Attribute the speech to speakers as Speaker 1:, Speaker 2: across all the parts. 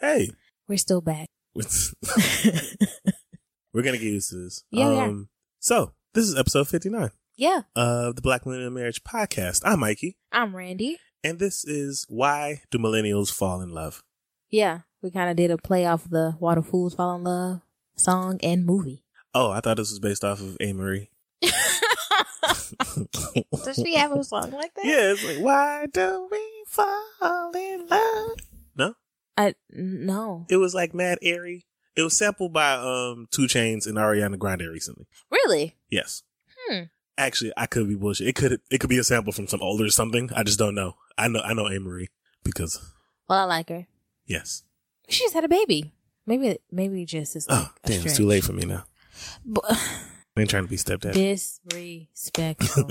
Speaker 1: Hey,
Speaker 2: We're still back.
Speaker 1: It's- we're gonna get used to this. Um,
Speaker 2: Yeah, we are.
Speaker 1: So this is episode fifty nine
Speaker 2: yeah.
Speaker 1: of the Black Millennial Marriage Podcast. I'm Mikey,
Speaker 2: I'm Randy.
Speaker 1: and this is why do millennials fall in love?
Speaker 2: Yeah. We kind of did a play off the Water Fools Fall in Love song and movie.
Speaker 1: Oh, I thought this was based off of Anne Marie.
Speaker 2: Does she have a song like that?
Speaker 1: Yeah, it's like why do we fall in love? No,
Speaker 2: I no.
Speaker 1: it was like Mad Airy. It was sampled by um Two Chains and Ariana Grande recently.
Speaker 2: Really?
Speaker 1: Yes.
Speaker 2: Hmm.
Speaker 1: Actually, I could be bullshit. It could it could be a sample from some older something. I just don't know. I know I know Anne Marie because
Speaker 2: Well, I like her.
Speaker 1: yes.
Speaker 2: She just had a baby. Maybe maybe just is like
Speaker 1: Oh damn, it's too late for me now.
Speaker 2: But,
Speaker 1: I ain't trying to be stepdad.
Speaker 2: disrespectful.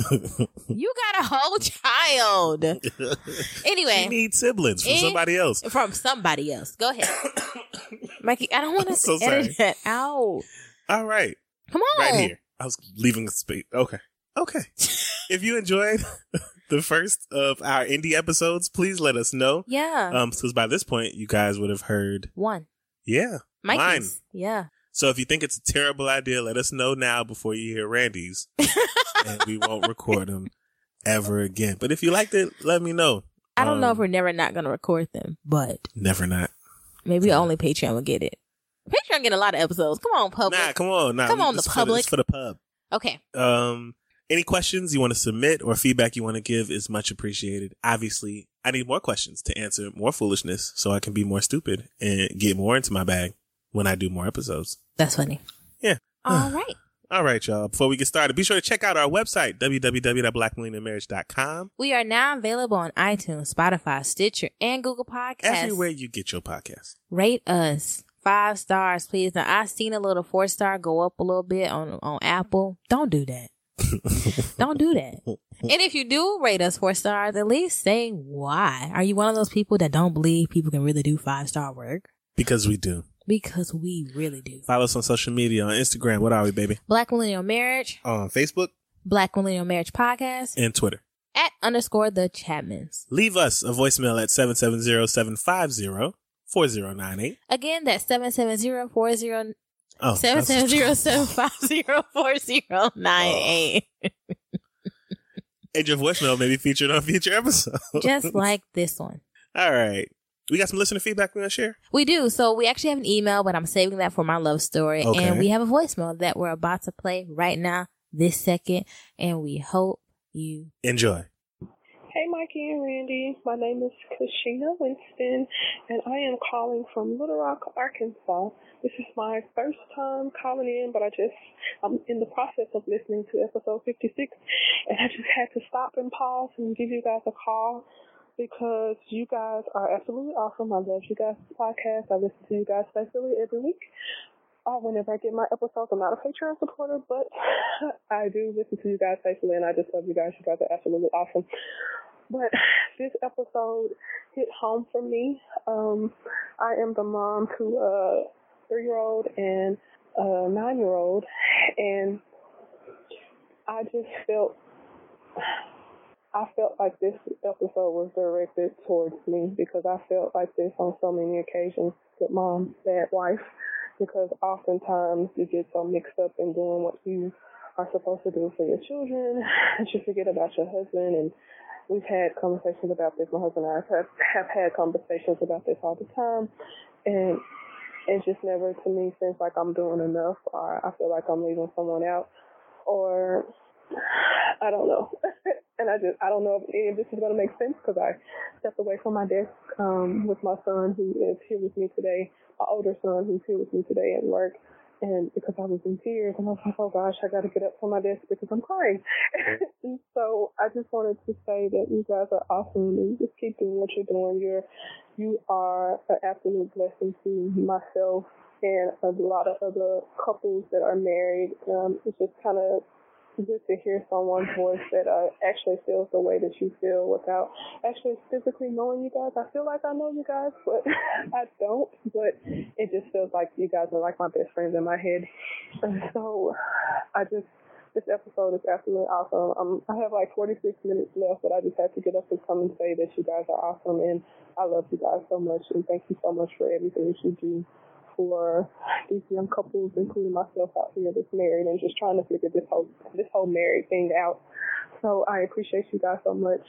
Speaker 2: you got a whole child.
Speaker 1: she
Speaker 2: Anyway,
Speaker 1: needs siblings from
Speaker 2: Eh?
Speaker 1: somebody else.
Speaker 2: from somebody else. Go ahead, Mikey. I don't want
Speaker 1: I'm
Speaker 2: to
Speaker 1: so
Speaker 2: edit that out.
Speaker 1: All right,
Speaker 2: Come on,
Speaker 1: right here. I was leaving a space. Okay, okay. if you enjoyed the first of our indie episodes, please let us know.
Speaker 2: Yeah,
Speaker 1: Um, because by this point, you guys would have heard.
Speaker 2: one.
Speaker 1: Yeah, mine.
Speaker 2: Mikey's. Yeah,
Speaker 1: So if you think it's a terrible idea, let us know now before you hear Randy's, and we won't record them ever again. But if you liked it, let me know.
Speaker 2: I don't know if
Speaker 1: Um,
Speaker 2: we're never not gonna record them, but
Speaker 1: never not.
Speaker 2: maybe only Patreon will get it. Patreon get a lot of episodes. Come on, public.
Speaker 1: Nah, come on, nah,
Speaker 2: Come on,
Speaker 1: it's
Speaker 2: the
Speaker 1: for
Speaker 2: public.
Speaker 1: it's for the pub.
Speaker 2: Okay,
Speaker 1: Um, any questions you want to submit or feedback you want to give is much appreciated. Obviously, I need more questions to answer more foolishness so I can be more stupid and get more into my bag when I do more episodes.
Speaker 2: that's funny.
Speaker 1: Yeah.
Speaker 2: All right,
Speaker 1: All right, y'all. Before we get started, be sure to check out our website, www.blackmillionairmarriage.com.
Speaker 2: we are now available on iTunes, Spotify, Stitcher, and Google Podcasts.
Speaker 1: Everywhere you get your podcast.
Speaker 2: rate us five stars, please. Now I've seen a little four star go up a little bit on on Apple. Don't do that. Don't do that. And if you do rate us four stars, at least say why. Are you one of those people that don't believe people can really do five star work?
Speaker 1: Because we do.
Speaker 2: Because we really do.
Speaker 1: Follow us on social media on Instagram. What are we, baby?
Speaker 2: Black Millennial Marriage,
Speaker 1: On Facebook
Speaker 2: Black Millennial Marriage Podcast,
Speaker 1: and Twitter.
Speaker 2: at underscore the Chapmans.
Speaker 1: Leave us a voicemail at 770 750 4098.
Speaker 2: Again, that's 770 40
Speaker 1: Oh, that's-
Speaker 2: 770
Speaker 1: And your voicemail may be featured on future episodes.
Speaker 2: Just like this one.
Speaker 1: All right. We got some listener feedback we want to share.
Speaker 2: We do. So we actually have an email, but I'm saving that for my love story.
Speaker 1: Okay.
Speaker 2: And we have a voicemail that we're about to play right now, this second. And we hope you.
Speaker 1: Enjoy.
Speaker 3: Hey, Mikey and Randy. My name is Kashina Winston, and I am calling from Little Rock, Arkansas. This is my first time calling in, but I just, I'm in the process of listening to episode 56, and I just had to stop and pause and give you guys a call because you guys are absolutely awesome. I love you guys' podcast. I listen to you guys faithfully every week. Uh, whenever I get my episodes, I'm not a Patreon supporter, but I do listen to you guys faithfully, and I just love you guys. You guys are absolutely awesome. But this episode hit home for me. Um, I am the mom to a three-year-old and a nine-year-old, and I just felt I felt like this episode was directed towards me because I felt like this on so many occasions. Good mom, bad wife, because oftentimes you get so mixed up in doing what you are supposed to do for your children that you forget about your husband. And we've had conversations about this. My husband and I have, have had conversations about this all the time, and it just never to me seems like I'm doing enough, or I feel like I'm leaving someone out, or I don't know. and I just I don't know if any of this is gonna make sense because I stepped away from my desk um, with my son who is here with me today, my older son who's here with me today at work. And because I was in tears, and I was like, oh gosh, I got to get up from my desk because I'm crying. and so I just wanted to say that you guys are awesome, and you just keep doing what you're doing. You're, you are an absolute blessing to myself and a lot of other couples that are married. Um, it's just kind of good to hear someone's voice that uh, actually feels the way that you feel without actually physically knowing you guys. I feel like I know you guys, but I don't. But it just feels like you guys are like my best friends in my head. And so I just, this episode is absolutely awesome. Um, I have like 46 minutes left, but I just have to get up and come and say that you guys are awesome. And I love you guys so much. And thank you so much for everything that you do for these young couples, including myself out here that's married and just trying to figure this whole this whole married thing out. So I appreciate you guys so much.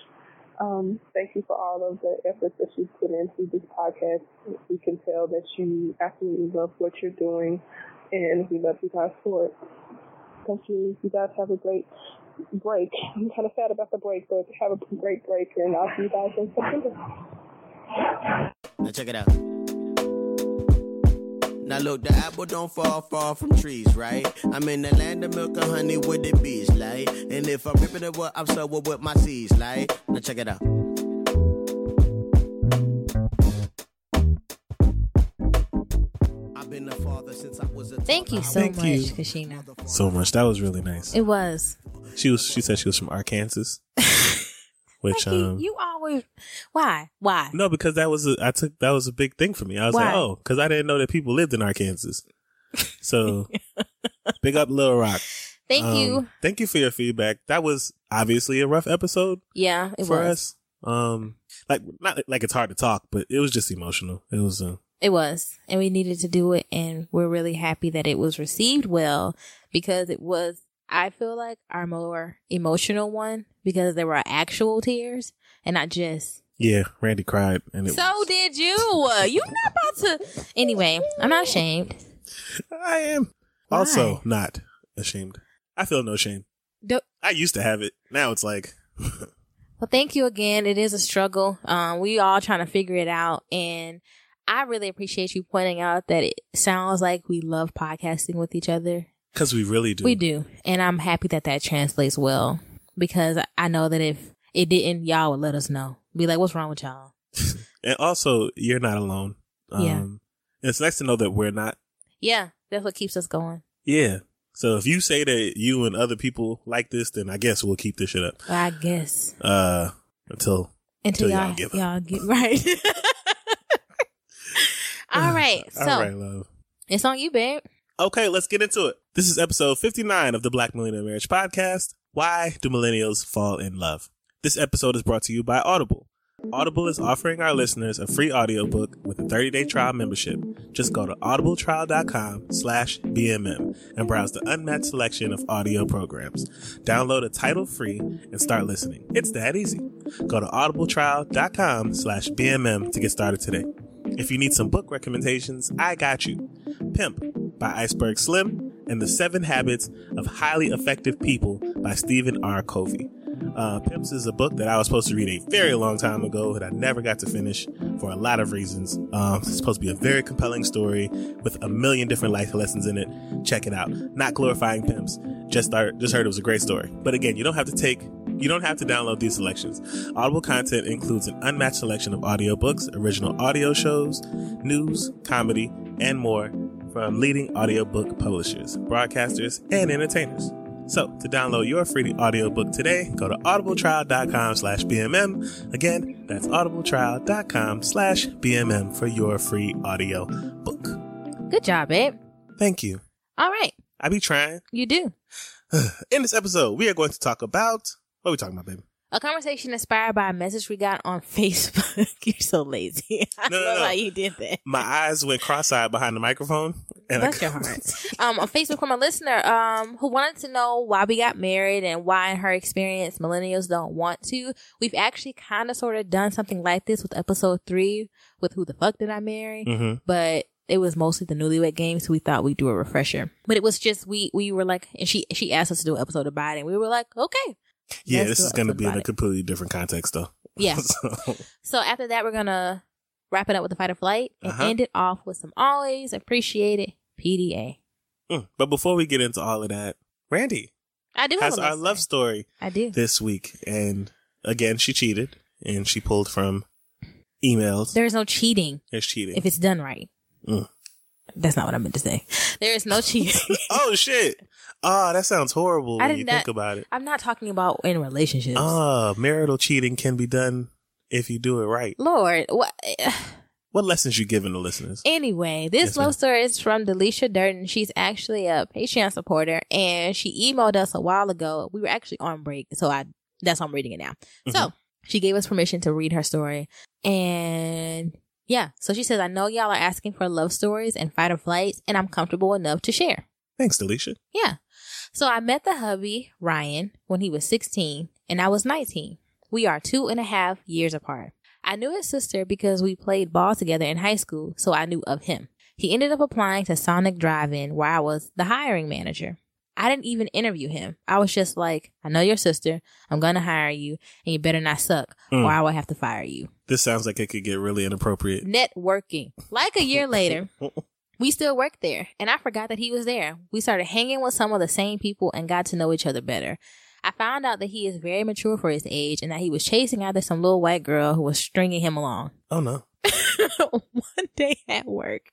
Speaker 3: Um, thank you for all of the efforts that you put into this podcast. We can tell that you absolutely love what you're doing, and we love you guys for it. Thank you. You guys have a great break. I'm kind of sad about the break, but have a great break, and I'll see you guys in September.
Speaker 4: Now check it out. Now look, the apple don't fall far from trees, right? I'm in the land of milk and honey with the bees, like. And if I'm ripping it up, I'm sober with my seeds, like. Now check it out. I've been a father since I was a
Speaker 2: Thank you so
Speaker 1: Thank
Speaker 2: much,
Speaker 1: you.
Speaker 2: Kashina.
Speaker 1: So much. That was really nice.
Speaker 2: It was.
Speaker 1: She was. She said she was from Arkansas, which
Speaker 2: Becky,
Speaker 1: um.
Speaker 2: you always why why
Speaker 1: no, because that was a, I took that was a big thing for me. I was like,
Speaker 2: Why?
Speaker 1: oh, because I didn't know that people lived in Arkansas. So, big up Little Rock.
Speaker 2: thank
Speaker 1: Um,
Speaker 2: you
Speaker 1: Thank you for your feedback. That was obviously a rough episode
Speaker 2: yeah it
Speaker 1: for
Speaker 2: was
Speaker 1: us. Um, like not like it's hard to talk, but it was just emotional. It was uh,
Speaker 2: it was and we needed to do it and we're really happy that it was received well because it was I feel like our more emotional one because there were actual tears and not just
Speaker 1: yeah. Randy cried, and it
Speaker 2: so
Speaker 1: was-
Speaker 2: did you uh, you not about to anyway I'm not ashamed
Speaker 1: I am
Speaker 2: Why?
Speaker 1: also not ashamed. I feel no shame.
Speaker 2: Do-
Speaker 1: I used to have it. Now it's like
Speaker 2: Well, thank you again. It is a struggle. Um, we all trying to figure it out, and I really appreciate you pointing out that it sounds like we love podcasting with each other.
Speaker 1: because we really do.
Speaker 2: We do, and I'm happy that that translates well because I- I know that if it didn't, y'all would let us know. Be like, what's wrong with y'all?
Speaker 1: And also, you're not alone. Um,
Speaker 2: Yeah.
Speaker 1: and It's nice to know that we're not.
Speaker 2: Yeah, that's what keeps us going.
Speaker 1: Yeah. So if you say that you and other people like this, then I guess we'll keep this shit up
Speaker 2: Well, I guess
Speaker 1: uh, until
Speaker 2: until
Speaker 1: Till
Speaker 2: y'all
Speaker 1: y'all
Speaker 2: y'all get,
Speaker 1: give up.
Speaker 2: right. all right, so
Speaker 1: all right, love.
Speaker 2: it's on you, babe.
Speaker 1: Okay, let's get into it. This is episode 59 of the Black Millennial Marriage Podcast. Why do millennials fall in love? This episode is brought to you by Audible. Audible is offering our listeners a free audiobook with a 30-day trial membership. Just go to audibletrial.com slash BMM and browse the unmatched selection of audio programs. Download a title free and start listening. It's that easy. Go to audibletrial.com slash BMM to get started today. If you need some book recommendations, I got you. Pimp by Iceberg Slim and The Seven Habits of Highly Effective People by Stephen R. Covey. Uh, Pimps is a book that I was supposed to read a very long time ago that I never got to finish for a lot of reasons. Um, it's supposed to be a very compelling story with a million different life lessons in it. Check it out. Not glorifying pimps. Just start, just heard it was a great story. But again, you don't have to take you don't have to download these selections. Audible content includes an unmatched selection of audiobooks, original audio shows, news, comedy, and more from leading audiobook publishers, broadcasters, and entertainers. So to download your free audiobook today, go to audibletrial.com slash BMM. Again, that's audibletrial.com slash BMM for your free audio book.
Speaker 2: Good job, babe.
Speaker 1: Thank you.
Speaker 2: All right.
Speaker 1: I be trying.
Speaker 2: You do.
Speaker 1: In this episode, we are going to talk about what are we talking about, baby?
Speaker 2: A conversation inspired by a message we got on Facebook. You're so lazy. I
Speaker 1: No, no,
Speaker 2: love
Speaker 1: no.
Speaker 2: how you did that.
Speaker 1: My eyes went cross-eyed behind the microphone, and
Speaker 2: Bless
Speaker 1: I
Speaker 2: your heart. um, on Facebook from a listener um, who wanted to know why we got married and why, in her experience, millennials don't want to. We've actually kind of sort of done something like this with episode three with Who the Fuck Did I Marry?
Speaker 1: hmm
Speaker 2: but it was mostly the newlywed game, so we thought we'd do a refresher. But it was just we we were like, and she she asked us to do an episode about it, and we were like, okay,
Speaker 1: Yeah,
Speaker 2: Let's
Speaker 1: this
Speaker 2: do
Speaker 1: is
Speaker 2: an
Speaker 1: going to
Speaker 2: episode
Speaker 1: be in
Speaker 2: about
Speaker 1: a
Speaker 2: it.
Speaker 1: completely different context, though.
Speaker 2: yeah.
Speaker 1: so,
Speaker 2: so after that, we're gonna wrap it up with the fight or flight and
Speaker 1: Uh-huh.
Speaker 2: end it off with some always appreciated PDA.
Speaker 1: mm. But before we get into all of that, Randy
Speaker 2: I do
Speaker 1: has
Speaker 2: have a
Speaker 1: our love story
Speaker 2: I do.
Speaker 1: this week, and again, she cheated, and she pulled from emails.
Speaker 2: There is no cheating
Speaker 1: There's cheating.
Speaker 2: if it's done right.
Speaker 1: Mm.
Speaker 2: That's not what I meant to say. There is no cheating.
Speaker 1: oh shit! Oh, that sounds horrible
Speaker 2: I
Speaker 1: when
Speaker 2: did
Speaker 1: you
Speaker 2: not-
Speaker 1: think about it.
Speaker 2: I'm not talking about in relationships.
Speaker 1: Ah, marital cheating can be done if you do it right.
Speaker 2: Lord, what?
Speaker 1: What lessons you giving the listeners?
Speaker 2: Anyway, this
Speaker 1: Yes, ma'am.
Speaker 2: love story is from Delisha Durden. She's actually a Patreon supporter, and she emailed us a while ago. We were actually on break, so I that's why I'm reading it now.
Speaker 1: Mm-hmm.
Speaker 2: So she gave us permission to read her story, and yeah, so she says, "I know y'all are asking for love stories and fight or flights, and I'm comfortable enough to share."
Speaker 1: Thanks, Delisha.
Speaker 2: Yeah. So I met the hubby, Ryan, when he was 16 and I was 19. We are two and a half years apart. I knew his sister because we played ball together in high school, so I knew of him. He ended up applying to Sonic Drive In, where I was the hiring manager. I didn't even interview him. I was just like, I know your sister. I'm going to hire you, and you better not suck,
Speaker 1: Mm.
Speaker 2: or I will have to fire you.
Speaker 1: This sounds like it could get really inappropriate.
Speaker 2: Networking. Like a year later, we still worked there, and I forgot that he was there. We started hanging with some of the same people and got to know each other better. I found out that he is very mature for his age and that he was chasing after some little white girl who was stringing him along.
Speaker 1: Oh no.
Speaker 2: one day at work,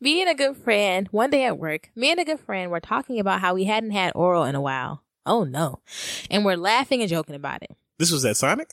Speaker 2: me and a good friend, one day at work, me and a good friend were talking about how we hadn't had oral in a while. Oh no. And we're laughing and joking about it.
Speaker 1: This was at Sonic?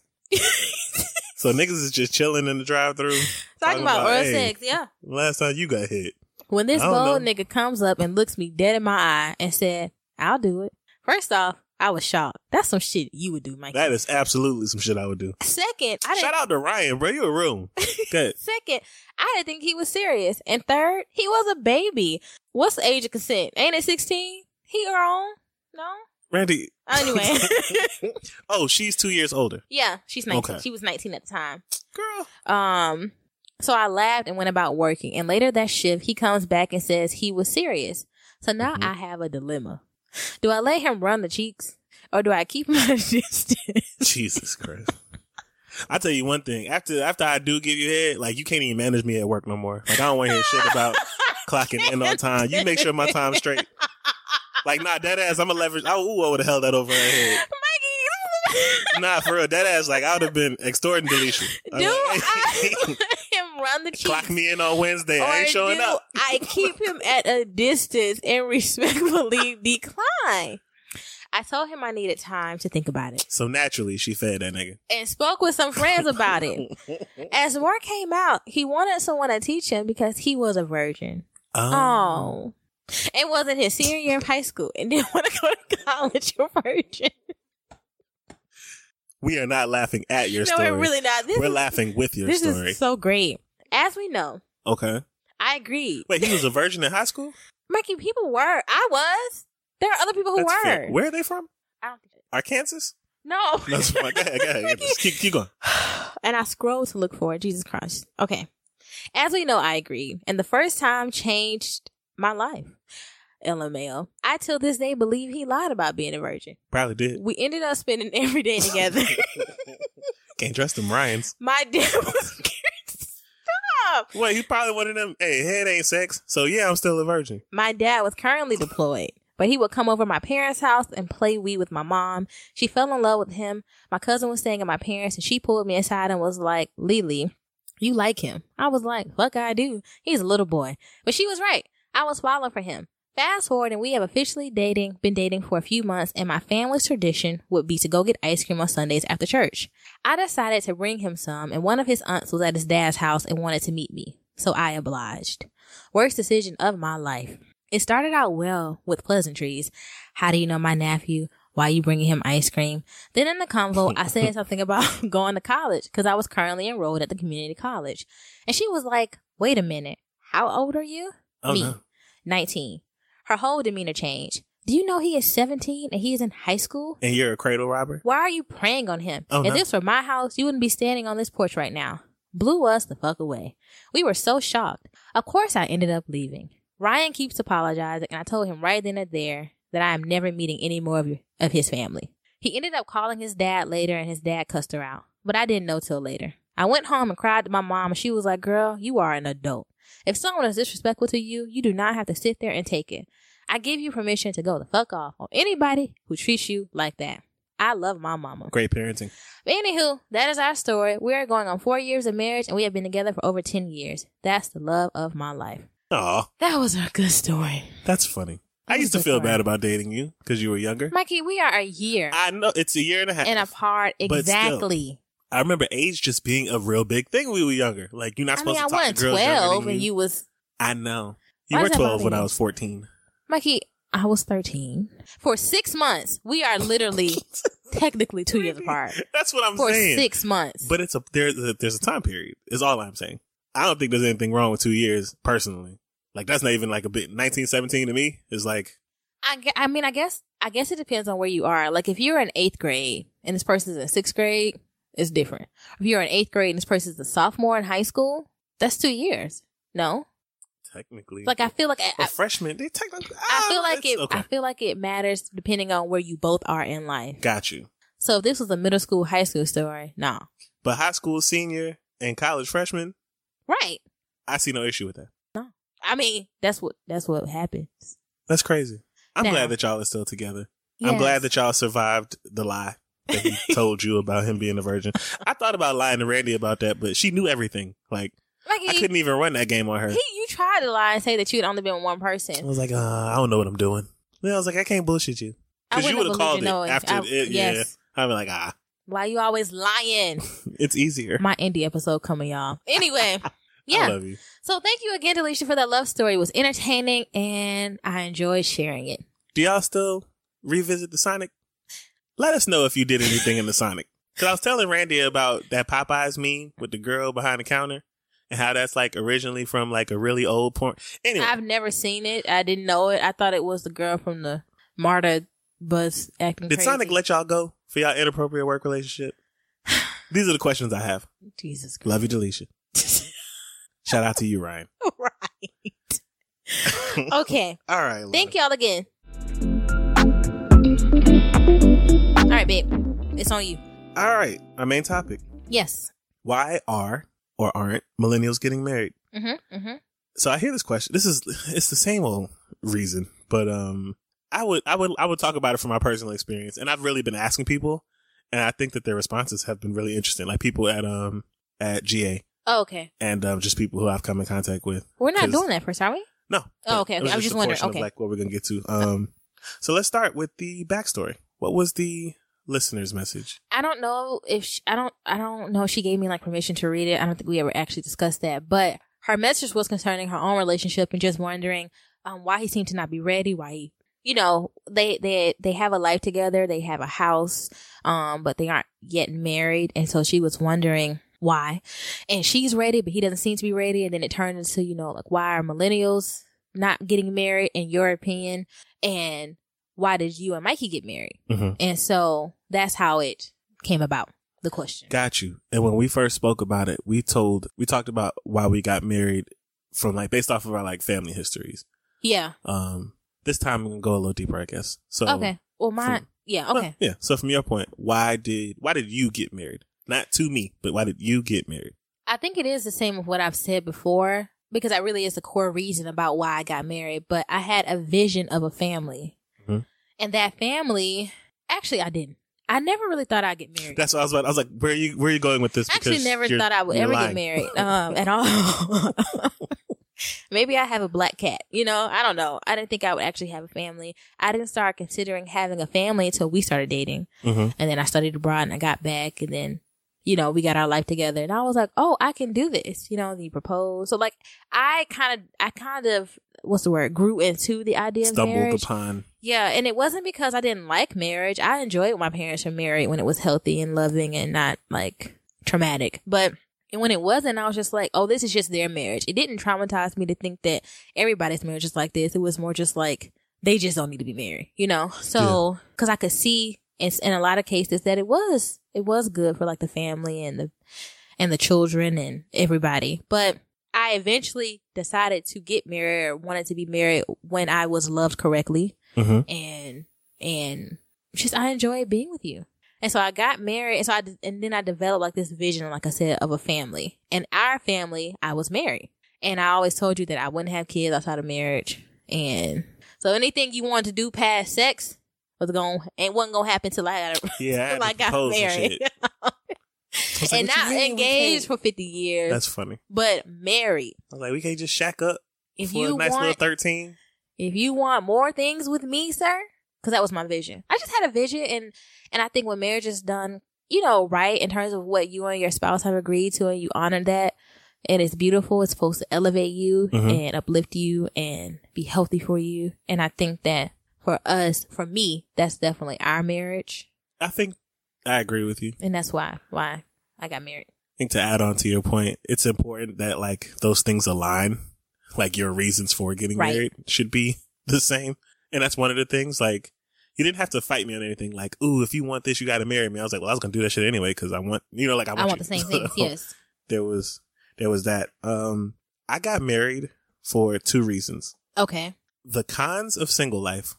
Speaker 1: so niggas is just chilling in the drive through.
Speaker 2: Talking, about, oral sex, yeah.
Speaker 1: Last time you got hit.
Speaker 2: When this
Speaker 1: I don't
Speaker 2: bold
Speaker 1: know.
Speaker 2: nigga comes up and looks me dead in my eye and said, I'll do it. First off, I was shocked. That's some shit you would do, Mike.
Speaker 1: That is absolutely some shit I would do.
Speaker 2: Second, I
Speaker 1: Shout
Speaker 2: didn't.
Speaker 1: out to Ryan, bro. You a room. Good.
Speaker 2: Second, I didn't think he was serious. And third, he was a baby. What's the age of consent? Ain't it 16? He her own? No?
Speaker 1: Randy.
Speaker 2: Anyway.
Speaker 1: oh, she's two years older.
Speaker 2: yeah, she's 19.
Speaker 1: Okay.
Speaker 2: She was 19 at the time.
Speaker 1: Girl.
Speaker 2: Um, so I laughed and went about working. And later that shift, he comes back and says he was serious. So now
Speaker 1: Mm-hmm.
Speaker 2: I have a dilemma. Do I let him run the cheeks or do I keep my distance?
Speaker 1: Jesus Christ. I tell you one thing. After after I do give you head, like you can't even manage me at work no more. Like I don't want to hear shit about clocking in on time. You make sure my time's straight. Like nah, dead ass. I'm a leverage. I, ooh, I would have held that over her head.
Speaker 2: Mikey,
Speaker 1: Nah, for real, that ass like I would have been extorting deletion. I'm
Speaker 2: do
Speaker 1: like,
Speaker 2: I let him run the cheeks?
Speaker 1: clock me in on Wednesday?
Speaker 2: or
Speaker 1: I ain't showing
Speaker 2: do
Speaker 1: up.
Speaker 2: I keep him at a distance and respectfully decline. I told him I needed time to think about it.
Speaker 1: So naturally, she fed that nigga.
Speaker 2: and spoke with some friends about it. As more came out, he wanted someone to teach him because he was a virgin.
Speaker 1: Um,
Speaker 2: Oh. It wasn't his senior year of high school and didn't want to go to college a virgin.
Speaker 1: we are not laughing at your
Speaker 2: no,
Speaker 1: story.
Speaker 2: we're really not. This
Speaker 1: we're
Speaker 2: is,
Speaker 1: laughing with your
Speaker 2: this
Speaker 1: story.
Speaker 2: is so great. As we know,
Speaker 1: okay.
Speaker 2: I agree.
Speaker 1: Wait, he was a virgin in high school.
Speaker 2: Mikey, people were. I was. There are other people who
Speaker 1: That's
Speaker 2: were.
Speaker 1: fair. Where are they from?
Speaker 2: I don't think
Speaker 1: Arkansas.
Speaker 2: no.
Speaker 1: No, it's fine. Go ahead, go ahead. Just keep, keep going.
Speaker 2: and I scrolled to look for it. Jesus Christ. Okay. As we know, I agreed. And the first time changed my life. LML. I till this day believe he lied about being a virgin.
Speaker 1: Probably did.
Speaker 2: We ended up spending every day together.
Speaker 1: Can't trust them Ryans.
Speaker 2: my dad was Stop.
Speaker 1: Wait, he's probably one of them. Hey, head ain't sex. So yeah, I'm still a virgin.
Speaker 2: My dad was currently deployed, but he would come over my parents' house and play Wii with my mom. She fell in love with him. My cousin was staying at my parents, and she pulled me aside and was like, Lily, you like him. I was like, fuck, I do. He's a little boy. But she was right. I was falling for him. Fast forward, and we have officially dating, been dating for a few months, and my family's tradition would be to go get ice cream on Sundays after church. I decided to bring him some, and one of his aunts was at his dad's house and wanted to meet me, so I obliged. Worst decision of my life. It started out well with pleasantries. How do you know my nephew? Why you bringing him ice cream? Then in the convo, I said something about going to college because I was currently enrolled at the community college. And she was like, wait a minute. How old are you?
Speaker 1: Oh,
Speaker 2: Me.
Speaker 1: no.
Speaker 2: 19. Her whole demeanor changed. Do you know he is 17 and he is in high school?
Speaker 1: And you're a cradle robber?
Speaker 2: Why are you preying on him?
Speaker 1: Oh,
Speaker 2: if
Speaker 1: no.
Speaker 2: this were my house, you wouldn't be standing on this porch right now. Blew us the fuck away. We were so shocked. Of course, I ended up leaving. Ryan keeps apologizing, and I told him right then and there that I am never meeting any more of, of his family. He ended up calling his dad later, and his dad cussed her out, but I didn't know till later. I went home and cried to my mom, and she was like, Girl, you are an adult. If someone is disrespectful to you, you do not have to sit there and take it. I give you permission to go the fuck off on anybody who treats you like that. I love my mama.
Speaker 1: Great parenting.
Speaker 2: But anywho, that is our story. We are going on four years of marriage and we have been together for over 10 years. That's the love of my life.
Speaker 1: Aw,
Speaker 2: That was a good story.
Speaker 1: that's funny. I
Speaker 2: That
Speaker 1: used to
Speaker 2: was
Speaker 1: feel
Speaker 2: different.
Speaker 1: bad about dating you because you were younger.
Speaker 2: Mikey, we are a year
Speaker 1: I know it's a year and a half.
Speaker 2: and apart.
Speaker 1: But still,
Speaker 2: Exactly.
Speaker 1: I remember age just being a real big thing when we were younger. Like you're not
Speaker 2: I mean,
Speaker 1: supposed
Speaker 2: I
Speaker 1: to talk
Speaker 2: wasn't
Speaker 1: to girls younger
Speaker 2: 12
Speaker 1: than
Speaker 2: and you was,
Speaker 1: I know. You
Speaker 2: Why
Speaker 1: were
Speaker 2: does that
Speaker 1: 12 when
Speaker 2: bother
Speaker 1: I
Speaker 2: you?
Speaker 1: was 14.
Speaker 2: Mikey, I was 13. For six months, we are literally technically two years apart.
Speaker 1: That's what I'm
Speaker 2: For
Speaker 1: saying.
Speaker 2: six months.
Speaker 1: But it's a there's a, there's a time period. Is all I'm saying. I don't think there's anything wrong with two years personally. Like that's not even like a bit. 1917 to me is like
Speaker 2: I, gue- I mean, I guess I guess it depends on where you are. Like if you're in eighth grade and this person's in sixth grade, it's different. If you're in eighth grade and this person's a sophomore in high school, that's two years. No,
Speaker 1: technically
Speaker 2: like I feel like I,
Speaker 1: a
Speaker 2: I,
Speaker 1: freshman. They technically.
Speaker 2: I feel like
Speaker 1: it's-
Speaker 2: it.
Speaker 1: Okay,
Speaker 2: I feel like it matters depending on where you both are in life.
Speaker 1: got you.
Speaker 2: So if this was a middle school, high school story, no,
Speaker 1: But high school senior and college freshman,
Speaker 2: right?
Speaker 1: I see no issue with that.
Speaker 2: I mean, that's what that's what happens.
Speaker 1: That's crazy. I'm
Speaker 2: Now-
Speaker 1: glad that y'all are still together. I'm glad that y'all survived the lie that he told you about him being a virgin. I thought about lying to Randy about that, but she knew everything. Like
Speaker 2: Mikey,
Speaker 1: I couldn't even run that game on her.
Speaker 2: he, you tried to lie and say that you had only been with one person.
Speaker 1: I was like, uh, I don't know what I'm doing. Then I was like, I can't bullshit you
Speaker 2: I
Speaker 1: because you would
Speaker 2: wouldn't believed
Speaker 1: have called
Speaker 2: you
Speaker 1: it
Speaker 2: knowing.
Speaker 1: after
Speaker 2: I-
Speaker 1: it.
Speaker 2: yes.
Speaker 1: Yeah, I'd be like, ah,
Speaker 2: Why you always lying?
Speaker 1: it's easier.
Speaker 2: my indie episode coming, y'all. Anyway, yeah.
Speaker 1: I love you.
Speaker 2: So thank you again, Delisha, for that love story. It was entertaining and I enjoyed sharing it.
Speaker 1: Do y'all still revisit the Sonic? Let us know if you did anything in the Sonic. Because I was telling Randy about that Popeyes meme with the girl behind the counter and how that's like originally from like a really old porn. Anyway,
Speaker 2: I've never seen it. I didn't know it. I thought it was the girl from the Marta bus acting.
Speaker 1: did
Speaker 2: crazy.
Speaker 1: Sonic let y'all go for y'all inappropriate work relationship? These are the questions I have.
Speaker 2: Jesus Christ.
Speaker 1: Love you, Delisha. Shout out to you, Ryan.
Speaker 2: right. okay.
Speaker 1: All right. Laura.
Speaker 2: Thank y'all again. All right, babe. It's on you.
Speaker 1: All right. Our main topic.
Speaker 2: Yes.
Speaker 1: why are or aren't millennials getting married?
Speaker 2: Mm-hmm. Mm-hmm.
Speaker 1: So I hear this question. This is it's the same old reason, but um, I would I would I would talk about it from my personal experience, and I've really been asking people, and I think that their responses have been really interesting. Like people at um at GA
Speaker 2: Oh, okay.
Speaker 1: and um just people who I've come in contact with.
Speaker 2: We're not
Speaker 1: 'Cause-
Speaker 2: doing that first, are we?
Speaker 1: No. but
Speaker 2: Oh, okay,
Speaker 1: it
Speaker 2: okay.
Speaker 1: was
Speaker 2: I was just
Speaker 1: a
Speaker 2: wondering,
Speaker 1: portion of,
Speaker 2: okay. Uh.
Speaker 1: like what we're gonna get to. Um, so let's start with the backstory. What was the listener's message?
Speaker 2: I don't know if she, I don't I don't know if she gave me like permission to read it. I don't think we ever actually discussed that. But her message was concerning her own relationship and just wondering um, why he seemed to not be ready. Why he, you know, they they they have a life together, they have a house, um, but they aren't yet married, and so she was wondering why. And she's ready, but he doesn't seem to be ready. And then it turned into you know like why are millennials not getting married in your opinion, and why did you and Mikey get married?
Speaker 1: Mm-hmm.
Speaker 2: And so that's how it came about, the question.
Speaker 1: Got you. And when we first spoke about it, we told we talked about why we got married from like based off of our like family histories.
Speaker 2: yeah.
Speaker 1: Um, this time I'm gonna go a little deeper, I guess. So
Speaker 2: okay. Well, my,
Speaker 1: from-
Speaker 2: yeah,
Speaker 1: well,
Speaker 2: okay.
Speaker 1: yeah. So from your point, why did why did you get married? Not to me, but why did you get married?
Speaker 2: I think it is the same of what I've said before because that really is the core reason about why I got married. But I had a vision of a family.
Speaker 1: Mhm.
Speaker 2: And that family, actually, I didn't. I never really thought I'd get married.
Speaker 1: That's what I was about. I was like, where are you where are you going with this?
Speaker 2: I actually
Speaker 1: Because
Speaker 2: never
Speaker 1: you're-
Speaker 2: thought I would
Speaker 1: you're
Speaker 2: ever get
Speaker 1: lying.
Speaker 2: married um, at all. um, Maybe I have a black cat. You know, I don't know. I didn't think I would actually have a family. I didn't start considering having a family until we started dating.
Speaker 1: Mhm.
Speaker 2: And then I studied abroad and I got back and then, you know, we got our life together and I was like, oh, I can do this. You know, and you propose. So like I kind of, I kind of, what's the word, grew into the idea of
Speaker 1: Stumbled
Speaker 2: marriage.
Speaker 1: upon.
Speaker 2: Yeah, and it wasn't because I didn't like marriage. I enjoyed when my parents were married when it was healthy and loving and not like traumatic. But and when it wasn't, I was just like, oh, this is just their marriage. It didn't traumatize me to think that everybody's marriage is like this. It was more just like they just don't need to be married, you know? So, because I could see in, in a lot of cases that it was, it was good for like the family and the, and the children and everybody. But I eventually decided to get married or wanted to be married when I was loved correctly
Speaker 1: hmm
Speaker 2: and and just I enjoy being with you. And so I got married, and so I d- and then I developed like this vision, like I said, of a family. And our family, I was married, and I always told you that I wouldn't have kids outside of marriage. And so anything you wanted to do past sex was going and wasn't gonna happen till I got
Speaker 1: Yeah,
Speaker 2: till
Speaker 1: I had to
Speaker 2: I got
Speaker 1: propose and
Speaker 2: married,
Speaker 1: shit. I was like,
Speaker 2: and
Speaker 1: "What you
Speaker 2: not
Speaker 1: mean we
Speaker 2: engaged
Speaker 1: can't?"
Speaker 2: for fifty years,
Speaker 1: That's funny.
Speaker 2: but married.
Speaker 1: I was like, we can't just shack up
Speaker 2: If
Speaker 1: for
Speaker 2: you
Speaker 1: a nice
Speaker 2: want,
Speaker 1: little thirteen.
Speaker 2: if you want more things with me, sir, because that was my vision. I just had a vision, and and I think when marriage is done, you know, right in terms of what you and your spouse have agreed to, and you honor that, and it's beautiful. It's supposed to elevate you
Speaker 1: Mhm.
Speaker 2: and uplift you and be healthy for you. And I think that for us, for me, that's definitely our marriage,
Speaker 1: I think I agree with you.
Speaker 2: and that's why why I got married.
Speaker 1: I think to add on to your point, it's important that like those things align. Like your reasons for getting
Speaker 2: Right.
Speaker 1: married should be the same. And that's one of the things like you didn't have to fight me on anything like, ooh, if you want this, you got to marry me. I was like, well, I was going to do that shit anyway because I want, you know, like I
Speaker 2: I
Speaker 1: want,
Speaker 2: want,
Speaker 1: you.
Speaker 2: the same things. Yes.
Speaker 1: there was, there was that. Um, I got married for two reasons.
Speaker 2: Okay.
Speaker 1: The cons of single life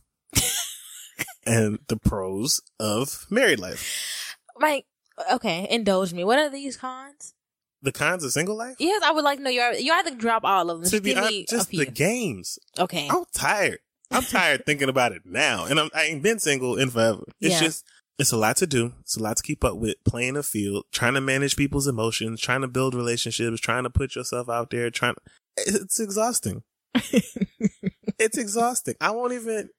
Speaker 1: and the pros of married life.
Speaker 2: Mike. Okay. Indulge me. What are these cons?
Speaker 1: The cons of single life?
Speaker 2: Yes, I would like to know your. You have to drop all of them.
Speaker 1: To be
Speaker 2: Give me
Speaker 1: honest,
Speaker 2: a
Speaker 1: just
Speaker 2: few.
Speaker 1: the Oh. games.
Speaker 2: Okay.
Speaker 1: I'm tired. I'm tired thinking about it now, and I'm, I ain't been single in forever. It's
Speaker 2: Yeah.
Speaker 1: just it's a lot to do. It's a lot to keep up with. Playing a field, trying to manage people's emotions, trying to build relationships, trying to put yourself out there, trying. It's exhausting. it's exhausting. I won't even.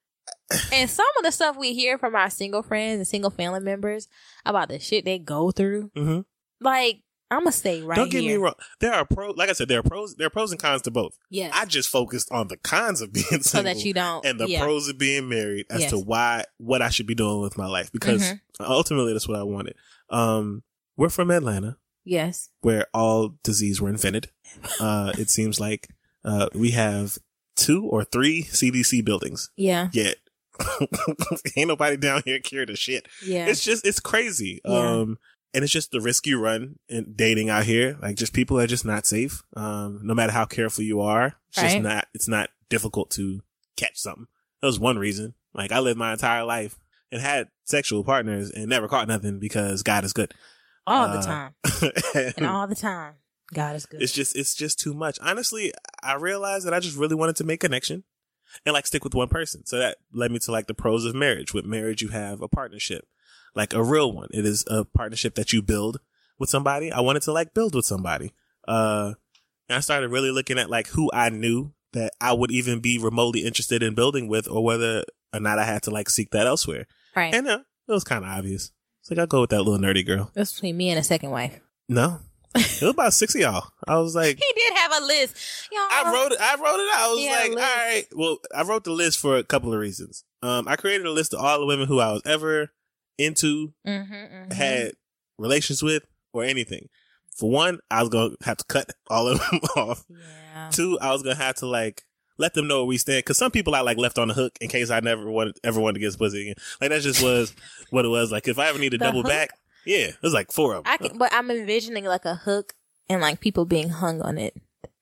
Speaker 2: And some of the stuff we hear from our single friends and single family members about the shit they go through,
Speaker 1: Mhm.
Speaker 2: like I'm gonna stay right.
Speaker 1: Don't get me
Speaker 2: here.
Speaker 1: wrong. There are pros. Like I said, there are pros. There are pros and cons to both.
Speaker 2: Yes.
Speaker 1: I just focused on the cons of being
Speaker 2: so
Speaker 1: single.
Speaker 2: that you don't.
Speaker 1: and the
Speaker 2: yeah.
Speaker 1: pros of being married as
Speaker 2: Yes.
Speaker 1: to why what I should be doing with my life because
Speaker 2: Mhm.
Speaker 1: ultimately that's what I wanted. Um, we're from Atlanta,
Speaker 2: Yes.
Speaker 1: where all disease were invented. Uh, it seems like uh, we have two or three CDC buildings
Speaker 2: Yeah.
Speaker 1: yet. Ain't nobody down here cured a shit.
Speaker 2: Yeah.
Speaker 1: It's just it's crazy.
Speaker 2: Yeah.
Speaker 1: Um and it's just the risk you run in dating out here. Like just people are just not safe. Um no matter how careful you are, it's just
Speaker 2: Right.
Speaker 1: not it's not difficult to catch something. That was one reason. Like I lived my entire life and had sexual partners and never caught nothing because God is good.
Speaker 2: all
Speaker 1: uh,
Speaker 2: the time. And all the time. God is good.
Speaker 1: it's just it's just too much. Honestly, I realized that I just really wanted to make connection and like stick with one person. So that led me to like the pros of marriage. With marriage, you have a partnership, like a real one. It is a partnership that you build with somebody. I wanted to like build with somebody. Uh, and I started really looking at like who I knew that I would even be remotely interested in building with, or whether or not I had to like seek that elsewhere.
Speaker 2: right.
Speaker 1: And uh, it was kind of obvious. It's like I'll go with that little nerdy girl.
Speaker 2: That's between me and a second wife.
Speaker 1: No, it was about six of y'all. I was like.
Speaker 2: He did have a list. Y'all.
Speaker 1: I wrote it. I wrote it out. I was
Speaker 2: Um, Yeah,
Speaker 1: like,
Speaker 2: list.
Speaker 1: all right. Well, I wrote the list for a couple of reasons. Um, I created a list of all the women who I was ever into,
Speaker 2: Mm-hmm, mm-hmm.
Speaker 1: had relations with, or anything. For one, I was gonna have to cut all of them off.
Speaker 2: Yeah.
Speaker 1: Two, I was gonna have to like let them know where we stand because some people I like left on the hook in case I never wanted ever wanted to get pussy again. Like that just was what it was. Like if I ever need to
Speaker 2: The
Speaker 1: double
Speaker 2: hook?
Speaker 1: back, yeah, it was like four of them.
Speaker 2: I can, but I'm envisioning like a hook and like people being hung on it,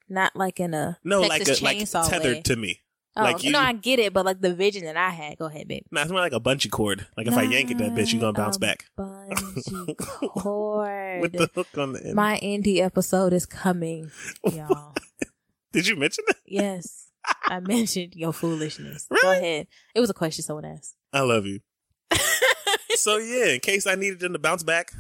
Speaker 2: not like in a
Speaker 1: no,
Speaker 2: Texas
Speaker 1: like a, like
Speaker 2: chainsaw
Speaker 1: tethered
Speaker 2: way.
Speaker 1: to me.
Speaker 2: Oh,
Speaker 1: like you-
Speaker 2: no, I get it, but like the vision that I had. Go ahead, babe.
Speaker 1: Nah, it's more like a bungee cord. Like if I yank at that bitch, you gonna bounce
Speaker 2: Um,
Speaker 1: back.
Speaker 2: Bungee cord.
Speaker 1: with the hook on the end.
Speaker 2: My indie episode is coming, y'all.
Speaker 1: Did you mention that?
Speaker 2: yes, I mentioned your foolishness. Go
Speaker 1: Really?
Speaker 2: ahead. It was a question someone asked.
Speaker 1: I love you. so yeah, in case I needed them to bounce back,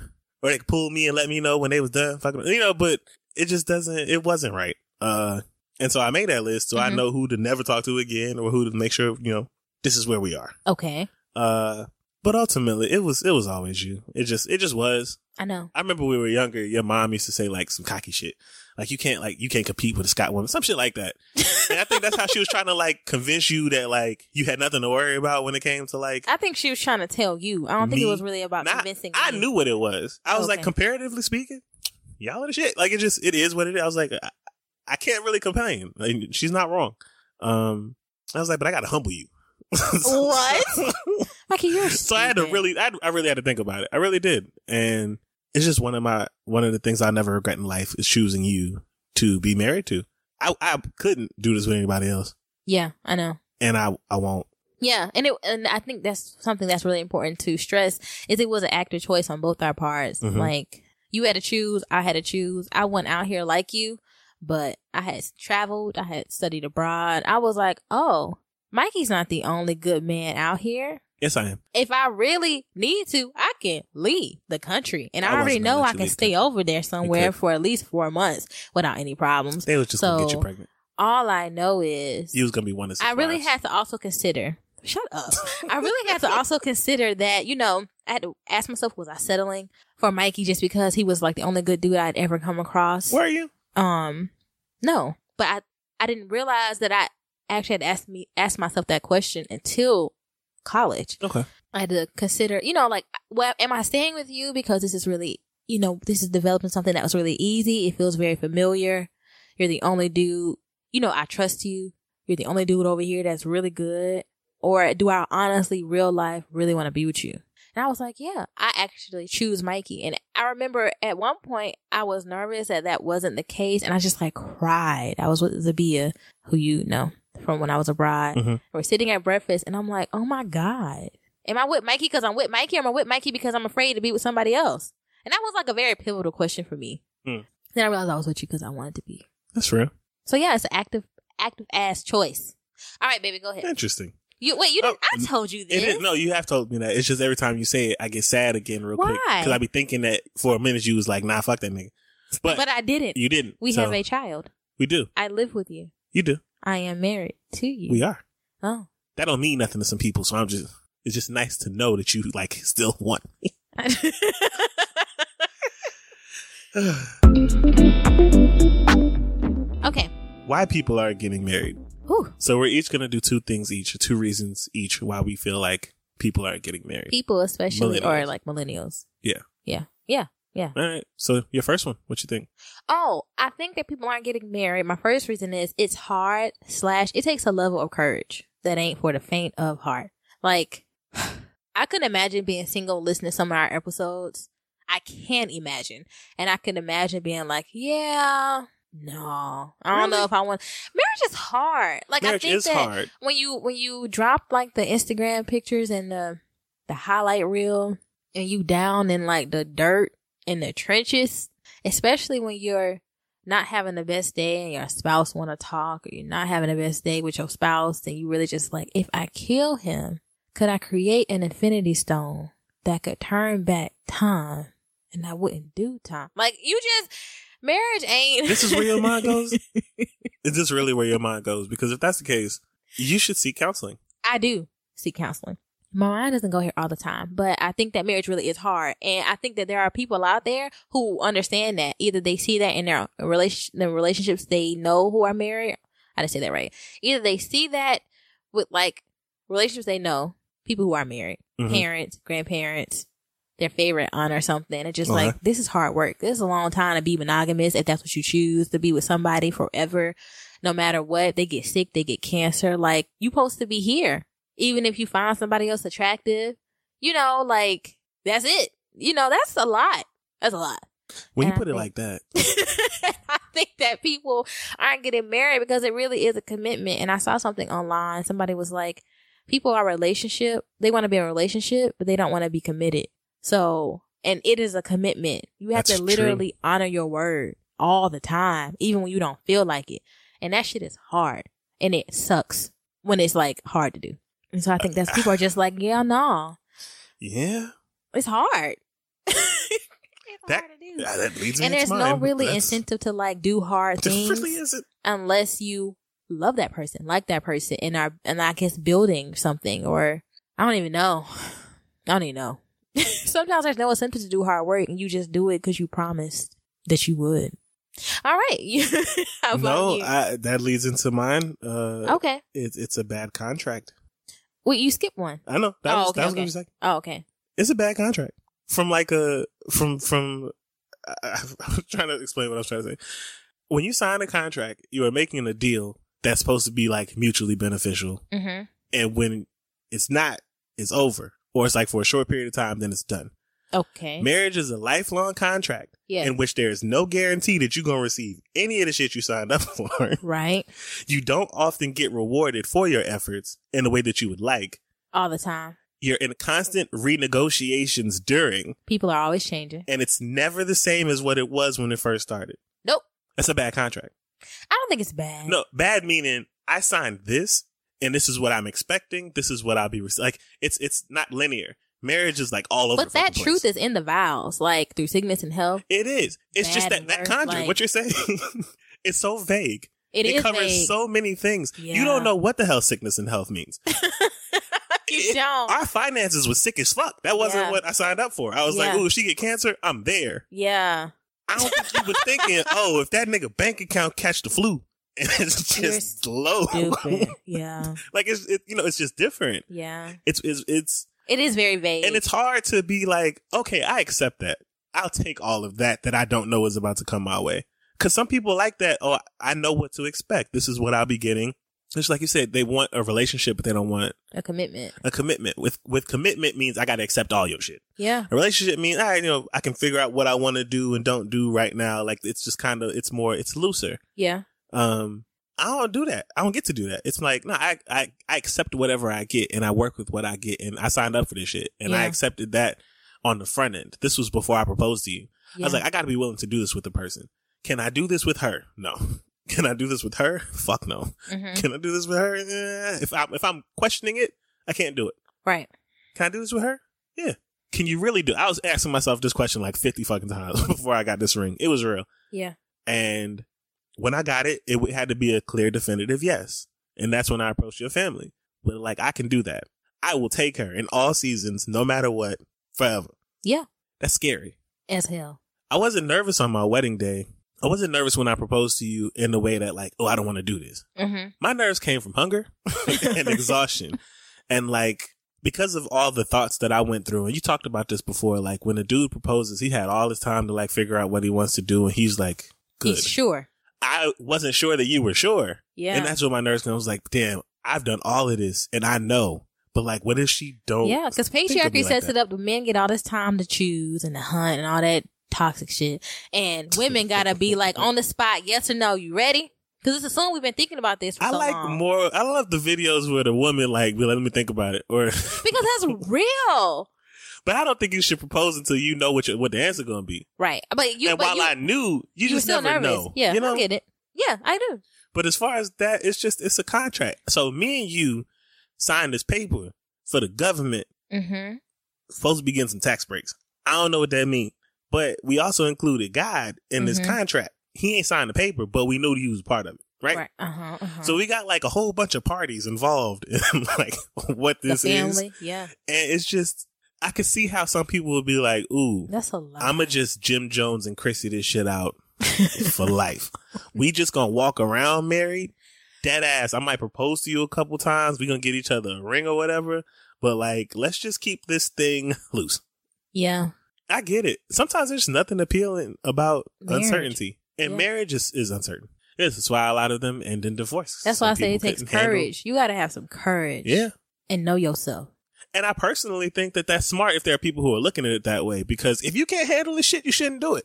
Speaker 1: or they could pull me and let me know when they was done fucking, you know. But it just doesn't. It wasn't right. Uh, And so I made that list so I
Speaker 2: Mhm.
Speaker 1: know who to never talk to again or who to make sure, you know, this is where we are.
Speaker 2: Okay.
Speaker 1: Uh, but ultimately it was, it was always you. It just, it just was.
Speaker 2: I know.
Speaker 1: I remember when we were younger, your mom used to say like some cocky shit. Like you can't like you can't compete with a Scott woman, some shit like that. And I think that's how she was trying to like convince you that like you had nothing to worry about when it came to like
Speaker 2: I think she was trying to tell you. I don't think it
Speaker 1: Me?
Speaker 2: was really about
Speaker 1: Nah,
Speaker 2: convincing.
Speaker 1: I
Speaker 2: me.
Speaker 1: knew what it was. I was like,
Speaker 2: Okay.
Speaker 1: comparatively speaking, y'all are the shit. Like it just it is what it is. I was like, I, I can't really complain. Like, she's not wrong. Um, I was like, but I gotta humble you.
Speaker 2: What? Mikey, you're
Speaker 1: so I had to
Speaker 2: stupid.
Speaker 1: really, I, had- I really had to think about it. I really did, and it's just one of my one of the things I never regret in life is choosing you to be married to. I I couldn't do this with anybody else,
Speaker 2: Yeah, I know.
Speaker 1: and I I won't.
Speaker 2: Yeah, and it and I think that's something that's really important to stress is it was an active choice on both our parts.
Speaker 1: Mhm.
Speaker 2: Like you had to choose, I had to choose. I went out here like you, but I had traveled, I had studied abroad. I was like, oh, Mikey's not the only good man out here.
Speaker 1: Yes, I am.
Speaker 2: If I really need to, I can leave the country, and I,
Speaker 1: I
Speaker 2: already
Speaker 1: wasn't gonna
Speaker 2: know
Speaker 1: let
Speaker 2: I
Speaker 1: you
Speaker 2: can
Speaker 1: leave
Speaker 2: stay
Speaker 1: country.
Speaker 2: over there somewhere
Speaker 1: could.
Speaker 2: for at least four months without any problems.
Speaker 1: They was just gonna get you
Speaker 2: So-
Speaker 1: pregnant.
Speaker 2: All I know is
Speaker 1: You was gonna be one of. six
Speaker 2: I really
Speaker 1: wives.
Speaker 2: had to also consider. Shut up. I really had to also consider that, you know, I had to ask myself, was I settling for Mikey just because he was like the only good dude I'd ever come across?
Speaker 1: Were you?
Speaker 2: Um, no, but I, I didn't realize that I actually had asked me, asked myself that question until college.
Speaker 1: Okay.
Speaker 2: I had to consider, you know, like, well, am I staying with you because this is really, you know, this is developing something that was really easy. It feels very familiar. You're the only dude, you know, I trust you. You're the only dude over here that's really good. Or do I honestly, real life, really want to be with you? And I was like, yeah, I actually choose Mikey. And I remember at one point I was nervous that that wasn't the case. And I just like cried. I was with Zabia, who you know from when I was abroad.
Speaker 1: Mhm.
Speaker 2: We're sitting at breakfast and I'm like, oh my God. Am I with Mikey because I'm with Mikey or am I with Mikey because I'm afraid to be with somebody else? And that was like a very pivotal question for me.
Speaker 1: Hmm.
Speaker 2: Then I realized I was with you because I wanted to be.
Speaker 1: That's real.
Speaker 2: So yeah, it's an active, active ass choice. All right, baby, go ahead.
Speaker 1: Interesting.
Speaker 2: You wait, you didn't.
Speaker 1: Oh,
Speaker 2: I told you this.
Speaker 1: It is, no, you have told me that. It's just every time you say it, I get sad again real quick
Speaker 2: Why?
Speaker 1: because I be thinking that for a minute you was like, "Nah, fuck that nigga," but,
Speaker 2: but, I didn't.
Speaker 1: you didn't.
Speaker 2: we
Speaker 1: So,
Speaker 2: have a child.
Speaker 1: we do,
Speaker 2: I live with you.
Speaker 1: you do,
Speaker 2: I am married to you.
Speaker 1: we are.
Speaker 2: Oh,
Speaker 1: That don't mean nothing to some people, so I'm just. It's just nice to know that you like still want. me.
Speaker 2: okay.
Speaker 1: Why people are getting married?
Speaker 2: Whew.
Speaker 1: So we're each gonna do two things each, or two reasons each why we feel like people aren't getting married.
Speaker 2: People, especially, or
Speaker 1: Millennials.
Speaker 2: like millennials.
Speaker 1: Yeah.
Speaker 2: Yeah. Yeah. Yeah.
Speaker 1: All right. So your first one, what you think?
Speaker 2: Oh, I think that people aren't getting married. My first reason is it's hard slash it takes a level of courage that ain't for the faint of heart. Like I could imagine being single listening to some of our episodes. I can't imagine. And I can imagine being like, Yeah, no. I don't know if I want marriage is hard. Like
Speaker 1: Marriage
Speaker 2: I think
Speaker 1: is
Speaker 2: that
Speaker 1: hard.
Speaker 2: when you when you drop like the Instagram pictures and the the highlight reel and you down in like the dirt in the trenches, especially when you're not having the best day and your spouse want to talk or you're not having the best day with your spouse and you really just like if I kill him, could I create an infinity stone that could turn back time and I wouldn't do time? Like you just marriage ain't
Speaker 1: This is where your mind goes? Is this really where your mind goes? Because if that's the case, you should seek counseling.
Speaker 2: I do seek counseling. My mind doesn't go here all the time, but I think that marriage really is hard, and I think that there are people out there who understand that. Either they see that in their relation, the relationships they know who are married. I didn't say that right. Either they see that with like relationships they know, people who are married,
Speaker 1: Mhm.
Speaker 2: parents, grandparents, their favorite aunt or something. It's just
Speaker 1: Okay.
Speaker 2: like this is hard work. This is a long time to be monogamous if that's what you choose to be with somebody forever, no matter what. They get sick, they get cancer. Like you' supposed to be here, even if you find somebody else attractive. You know, like that's it. You know, that's a lot. That's a lot.
Speaker 1: When you
Speaker 2: And I
Speaker 1: put it
Speaker 2: think-
Speaker 1: like that,
Speaker 2: I think that people aren't getting married because it really is a commitment. And I saw something online. Somebody was like, people are relationship. They want to be in a relationship, but they don't want to be committed. So, and it is a commitment. You have
Speaker 1: That's
Speaker 2: to
Speaker 1: true.
Speaker 2: literally honor your word all the time, even when you don't feel like it. And that shit is hard and it sucks when it's like hard to do. And so I think that's people are just like, yeah, no,
Speaker 1: yeah,
Speaker 2: it's hard.
Speaker 1: That,
Speaker 2: hard to do.
Speaker 1: yeah, that leads me
Speaker 2: and
Speaker 1: into
Speaker 2: there's no
Speaker 1: mine.
Speaker 2: really
Speaker 1: That's-
Speaker 2: incentive to like do hard
Speaker 1: There
Speaker 2: things
Speaker 1: really isn't.
Speaker 2: unless you love that person, like that person, and are and I guess building something or I don't even know. I don't even know. Sometimes there's no incentive to do hard work, and you just do it because you promised that you would. All right. How about
Speaker 1: No,
Speaker 2: you?
Speaker 1: I, that leads into mine. Uh,
Speaker 2: okay.
Speaker 1: it's it's a bad contract.
Speaker 2: Wait, you skipped one.
Speaker 1: I know. That
Speaker 2: Oh,
Speaker 1: was,
Speaker 2: okay,
Speaker 1: that was
Speaker 2: okay.
Speaker 1: gonna be second.
Speaker 2: Oh, okay.
Speaker 1: It's a bad contract from like a from from. I, I'm trying to explain what I was trying to say. When you sign a contract, you are making a deal that's supposed to be like mutually beneficial,
Speaker 2: Mm-hmm.
Speaker 1: and when it's not, it's over, or it's like for a short period of time, then it's done.
Speaker 2: Okay.
Speaker 1: Marriage is a lifelong contract
Speaker 2: yeah.
Speaker 1: in which there is no guarantee that you're gonna receive any of the shit you signed up for.
Speaker 2: right.
Speaker 1: you don't often get rewarded for your efforts in the way that you would like.
Speaker 2: All the time.
Speaker 1: You're in constant renegotiations during,
Speaker 2: People are always changing.
Speaker 1: and it's never the same as what it was when it first started.
Speaker 2: Nope.
Speaker 1: That's a bad contract.
Speaker 2: I don't think it's bad.
Speaker 1: No, bad meaning I signed this, and this is what I'm expecting. This is what I'll be rece- like. It's it's not linear. Marriage is like all over.
Speaker 2: But that truth is
Speaker 1: is.
Speaker 2: in the vows, like through sickness and health.
Speaker 1: It is. It's just
Speaker 2: Bad
Speaker 1: that that
Speaker 2: work,
Speaker 1: contract.
Speaker 2: like-
Speaker 1: what you're saying, it's so vague.
Speaker 2: It is
Speaker 1: covers
Speaker 2: vague.
Speaker 1: so many things. You
Speaker 2: Yeah.
Speaker 1: don't know what the hell sickness and health means.
Speaker 2: You
Speaker 1: It-
Speaker 2: don't.
Speaker 1: Our finances was sick as fuck. That wasn't
Speaker 2: Yeah.
Speaker 1: what I signed up for. I was like,
Speaker 2: Yeah.
Speaker 1: ooh, if she get cancer, I'm there.
Speaker 2: Yeah.
Speaker 1: I don't think you were thinking, oh, if that nigga bank account catch the flu, and it's
Speaker 2: You're
Speaker 1: just low.
Speaker 2: Stupid. yeah.
Speaker 1: like it's it, you know it's just different.
Speaker 2: Yeah.
Speaker 1: It's it's it's
Speaker 2: It is very vague.
Speaker 1: and it's hard to be like, okay, I accept that. I'll take all of that that I don't know is about to come my way. Cause some people like that. Oh, I know what to expect. This is what I'll be getting. Just like you said, they want a relationship, but they don't want
Speaker 2: a commitment.
Speaker 1: a commitment. With with commitment means I got to accept all your shit.
Speaker 2: Yeah.
Speaker 1: A relationship means I you know I can figure out what I want to do and don't do right now. Like it's just kind of it's more it's looser.
Speaker 2: Yeah.
Speaker 1: Um, I don't do that. I don't get to do that. It's like no, I I I accept whatever I get and I work with what I get and I signed up for this shit and I
Speaker 2: Yeah.
Speaker 1: accepted that on the front end. This was before I proposed to you. I
Speaker 2: Yeah.
Speaker 1: was like, I got to be willing to do this with the person. Can I do this with her? No. Can I do this with her? Fuck no.
Speaker 2: Mhm.
Speaker 1: Can I do this with her? Eh, If I'm if I'm questioning it, I can't do it.
Speaker 2: Right.
Speaker 1: Can I do this with her? Yeah. Can you really do? I was asking myself this question like fifty fucking times before I got this ring. It was real.
Speaker 2: Yeah.
Speaker 1: And when I got it, it would- had to be a clear, definitive yes. And that's when I approached your family. But like, I can do that. I will take her in all seasons, no matter what, forever.
Speaker 2: Yeah.
Speaker 1: That's scary.
Speaker 2: As hell.
Speaker 1: I wasn't nervous on my wedding day. I wasn't nervous when I proposed to you in the way that like, oh, I don't want to do this.
Speaker 2: Mm-hmm.
Speaker 1: My nerves came from hunger and exhaustion. and like, because of all the thoughts that I went through, and you talked about this before, like when a dude proposes, he had all his time to like figure out what he wants to do. And he's like, good.
Speaker 2: He's sure.
Speaker 1: I wasn't sure that you were sure.
Speaker 2: Yeah.
Speaker 1: And that's what my nerves came. I was like, damn, I've done all of this and I know. But like, what if she don't?
Speaker 2: yeah. Because patriarchy sets it up. The men get all this time to choose and to hunt and all that toxic shit, and women gotta be like on the spot. Yes or no? You ready? Because it's a song we've been thinking about this. For
Speaker 1: I
Speaker 2: so
Speaker 1: like
Speaker 2: long.
Speaker 1: more. I love the videos where the woman like, be like, let me think about it. Or,
Speaker 2: because that's real.
Speaker 1: but I don't think you should propose until you know what your, what the answer going to be.
Speaker 2: Right. But you.
Speaker 1: and
Speaker 2: but
Speaker 1: while
Speaker 2: you,
Speaker 1: I knew, you,
Speaker 2: were
Speaker 1: just
Speaker 2: still
Speaker 1: never
Speaker 2: nervous.
Speaker 1: know.
Speaker 2: Yeah.
Speaker 1: you know.
Speaker 2: I get it. Yeah, I do.
Speaker 1: But as far as that, it's just it's a contract. So me and you signed this paper for the government
Speaker 2: Mm-hmm.
Speaker 1: supposed to be getting some tax breaks. I don't know what that means. But we also included God in this
Speaker 2: Mhm.
Speaker 1: contract. He ain't signed the paper, but we knew he was a part of it, right?
Speaker 2: Right. Uh huh. Uh-huh.
Speaker 1: So we got like a whole bunch of parties involved in like what
Speaker 2: the
Speaker 1: this is.
Speaker 2: family.
Speaker 1: And
Speaker 2: Yeah.
Speaker 1: it's just I could see how some people would be like, ooh,
Speaker 2: That's a lot.
Speaker 1: I'ma just Jim Jones and Chrissy this shit out for life. We just gonna walk around married, dead ass. I might propose to you a couple times. We gonna get each other a ring or whatever. But like, let's just keep this thing loose.
Speaker 2: Yeah.
Speaker 1: I get it. Sometimes there's nothing appealing about
Speaker 2: Marriage.
Speaker 1: uncertainty, and
Speaker 2: Yeah.
Speaker 1: marriage is, is uncertain. This is why a lot of them end in divorce.
Speaker 2: That's
Speaker 1: Some
Speaker 2: why I say it
Speaker 1: people
Speaker 2: takes
Speaker 1: couldn't handle-
Speaker 2: courage. You got to have some courage.
Speaker 1: yeah,
Speaker 2: And know yourself.
Speaker 1: and I personally think that that's smart if there are people who are looking at it that way. Because if you can't handle this shit, you shouldn't do it.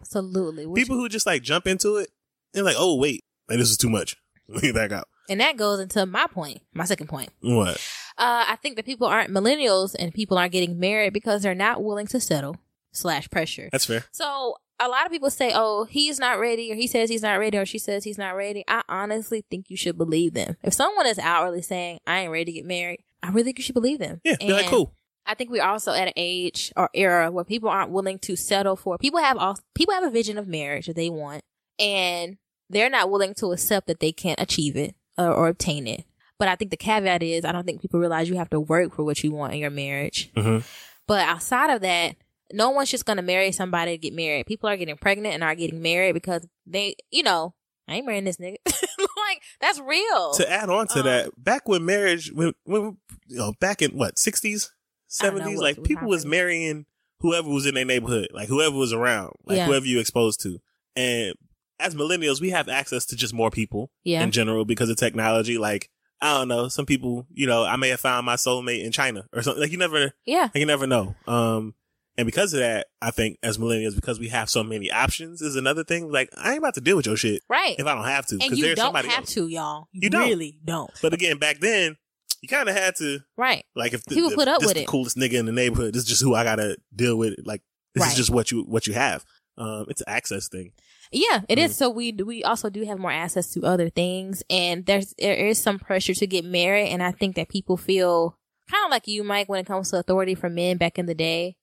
Speaker 2: Absolutely. Which-
Speaker 1: people who just like jump into it, they're like, "Oh wait, like, this is too much. Let me back out."
Speaker 2: and that goes into my point, my second point.
Speaker 1: What?
Speaker 2: Uh, I think that people aren't millennials and people aren't getting married because they're not willing to settle slash pressure.
Speaker 1: That's fair.
Speaker 2: So a lot of people say, "Oh, he's not ready," or "He says he's not ready," or "She says he's not ready." I honestly think you should believe them. If someone is outwardly saying, "I ain't ready to get married," I really think you should believe them.
Speaker 1: Yeah, they're like,
Speaker 2: And
Speaker 1: "Cool."
Speaker 2: I think we're also at an age or era where people aren't willing to settle for. People have all people have a vision of marriage that they want, and they're not willing to accept that they can't achieve it or, or obtain it. But I think the caveat is I don't think people realize you have to work for what you want in your marriage.
Speaker 1: Mhm.
Speaker 2: But outside of that, no one's just going to marry somebody to get married. People are getting pregnant and are getting married because they, you know, I ain't marrying this nigga. like that's real.
Speaker 1: To add on to
Speaker 2: Um,
Speaker 1: that, back when marriage, when, when you know, back in what sixties,
Speaker 2: I don't know
Speaker 1: seventies,
Speaker 2: what-
Speaker 1: like
Speaker 2: what
Speaker 1: people was
Speaker 2: happened.
Speaker 1: marrying whoever was in their neighborhood, like whoever was around, like
Speaker 2: Yeah.
Speaker 1: whoever you exposed to. And as millennials, we have access to just more people
Speaker 2: Yeah.
Speaker 1: in general because of technology. Like I don't know, some people, you know, I may have found my soulmate in China or something. Like you never,
Speaker 2: yeah.
Speaker 1: like you never know. Um, and because of that, I think as millennials, because we have so many options, is another thing. Like I ain't about to deal with your shit
Speaker 2: Right.
Speaker 1: if I don't have to,
Speaker 2: and
Speaker 1: because
Speaker 2: you
Speaker 1: there's
Speaker 2: don't
Speaker 1: somebody
Speaker 2: have
Speaker 1: else.
Speaker 2: to, y'all. You,
Speaker 1: You don't.
Speaker 2: really don't.
Speaker 1: But again, back then, you kind of had to
Speaker 2: Right.
Speaker 1: like if the,
Speaker 2: People
Speaker 1: if
Speaker 2: put up
Speaker 1: this
Speaker 2: with
Speaker 1: the
Speaker 2: it.
Speaker 1: coolest nigga in the neighborhood. This is just who I gotta deal with. Like this
Speaker 2: Right.
Speaker 1: is just what you what you have. Um, it's an access thing.
Speaker 2: Yeah, it is. So we we also do have more access to other things, and there's there is some pressure to get married, and I think that people feel kind of like you, Mike, when it comes to authority from men back in the day.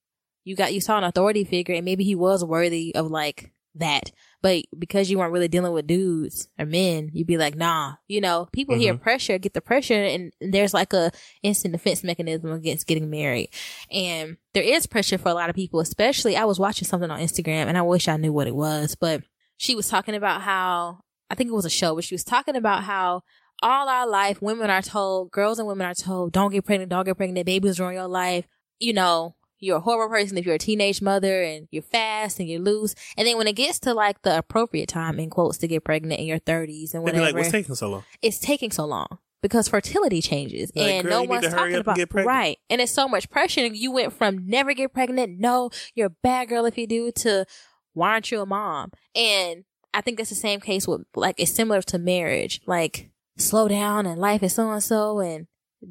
Speaker 2: You got you saw an authority figure, and maybe he was worthy of like that, but because you weren't really dealing with dudes or men, you'd be like, nah, you know. People hear pressure, get the pressure, and there's like a instant defense mechanism against getting married, and there is pressure for a lot of people, especially. I was watching something on Instagram, and I wish I knew what it was, but she was talking about how I think it was a show, but she was talking about how all our life women are told, girls and women are told, don't get pregnant, don't get pregnant, babies ruin your life. You know, you're a horrible person if you're a teenage mother and you're fast and you're loose. And then when it gets to like the appropriate time in quotes to get pregnant in your thirties and
Speaker 1: They'd be
Speaker 2: whatever,
Speaker 1: like, "What's taking so long?"
Speaker 2: it's taking so long because fertility changes
Speaker 1: Like,
Speaker 2: and
Speaker 1: girl,
Speaker 2: no
Speaker 1: you need
Speaker 2: one's
Speaker 1: to hurry
Speaker 2: talking
Speaker 1: up and
Speaker 2: about
Speaker 1: get pregnant.
Speaker 2: right and it's so much pressure and you went from never get pregnant no you're a bad girl if you do to why aren't you a mom and i think that's the same case with like it's similar to marriage like slow down and life is so and so and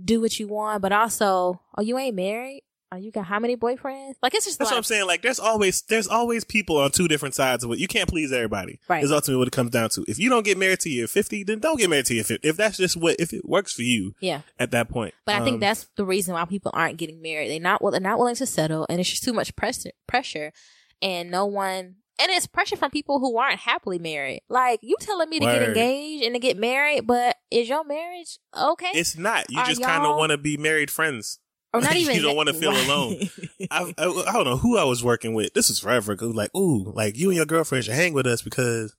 Speaker 2: do what you want but also oh you ain't married oh you got how many boyfriends like it's just
Speaker 1: That's
Speaker 2: like,
Speaker 1: what I'm saying. Like, there's always there's always people on two different sides of it. You can't please everybody.
Speaker 2: Right.
Speaker 1: Is ultimately what it comes down to. If you don't get married to your 50, then don't get married to your 50. If that's just what if it works for you
Speaker 2: yeah
Speaker 1: at that point.
Speaker 2: But I think
Speaker 1: Um,
Speaker 2: that's the reason why people aren't getting married. They're not well, they're not willing to settle, and it's just too much pressure. Pressure, and no one, and it's pressure from people who aren't happily married. Like you telling me to get
Speaker 1: Word.
Speaker 2: engaged and to get married, but is your marriage okay?
Speaker 1: it's not. You
Speaker 2: Are
Speaker 1: just kind of
Speaker 2: y'all-
Speaker 1: want to be married friends.
Speaker 2: or not
Speaker 1: you
Speaker 2: even
Speaker 1: don't wanna feel alone. I, I, I don't know who I was working with. This was forever ago. Like, ooh, like you and your girlfriend should hang with us because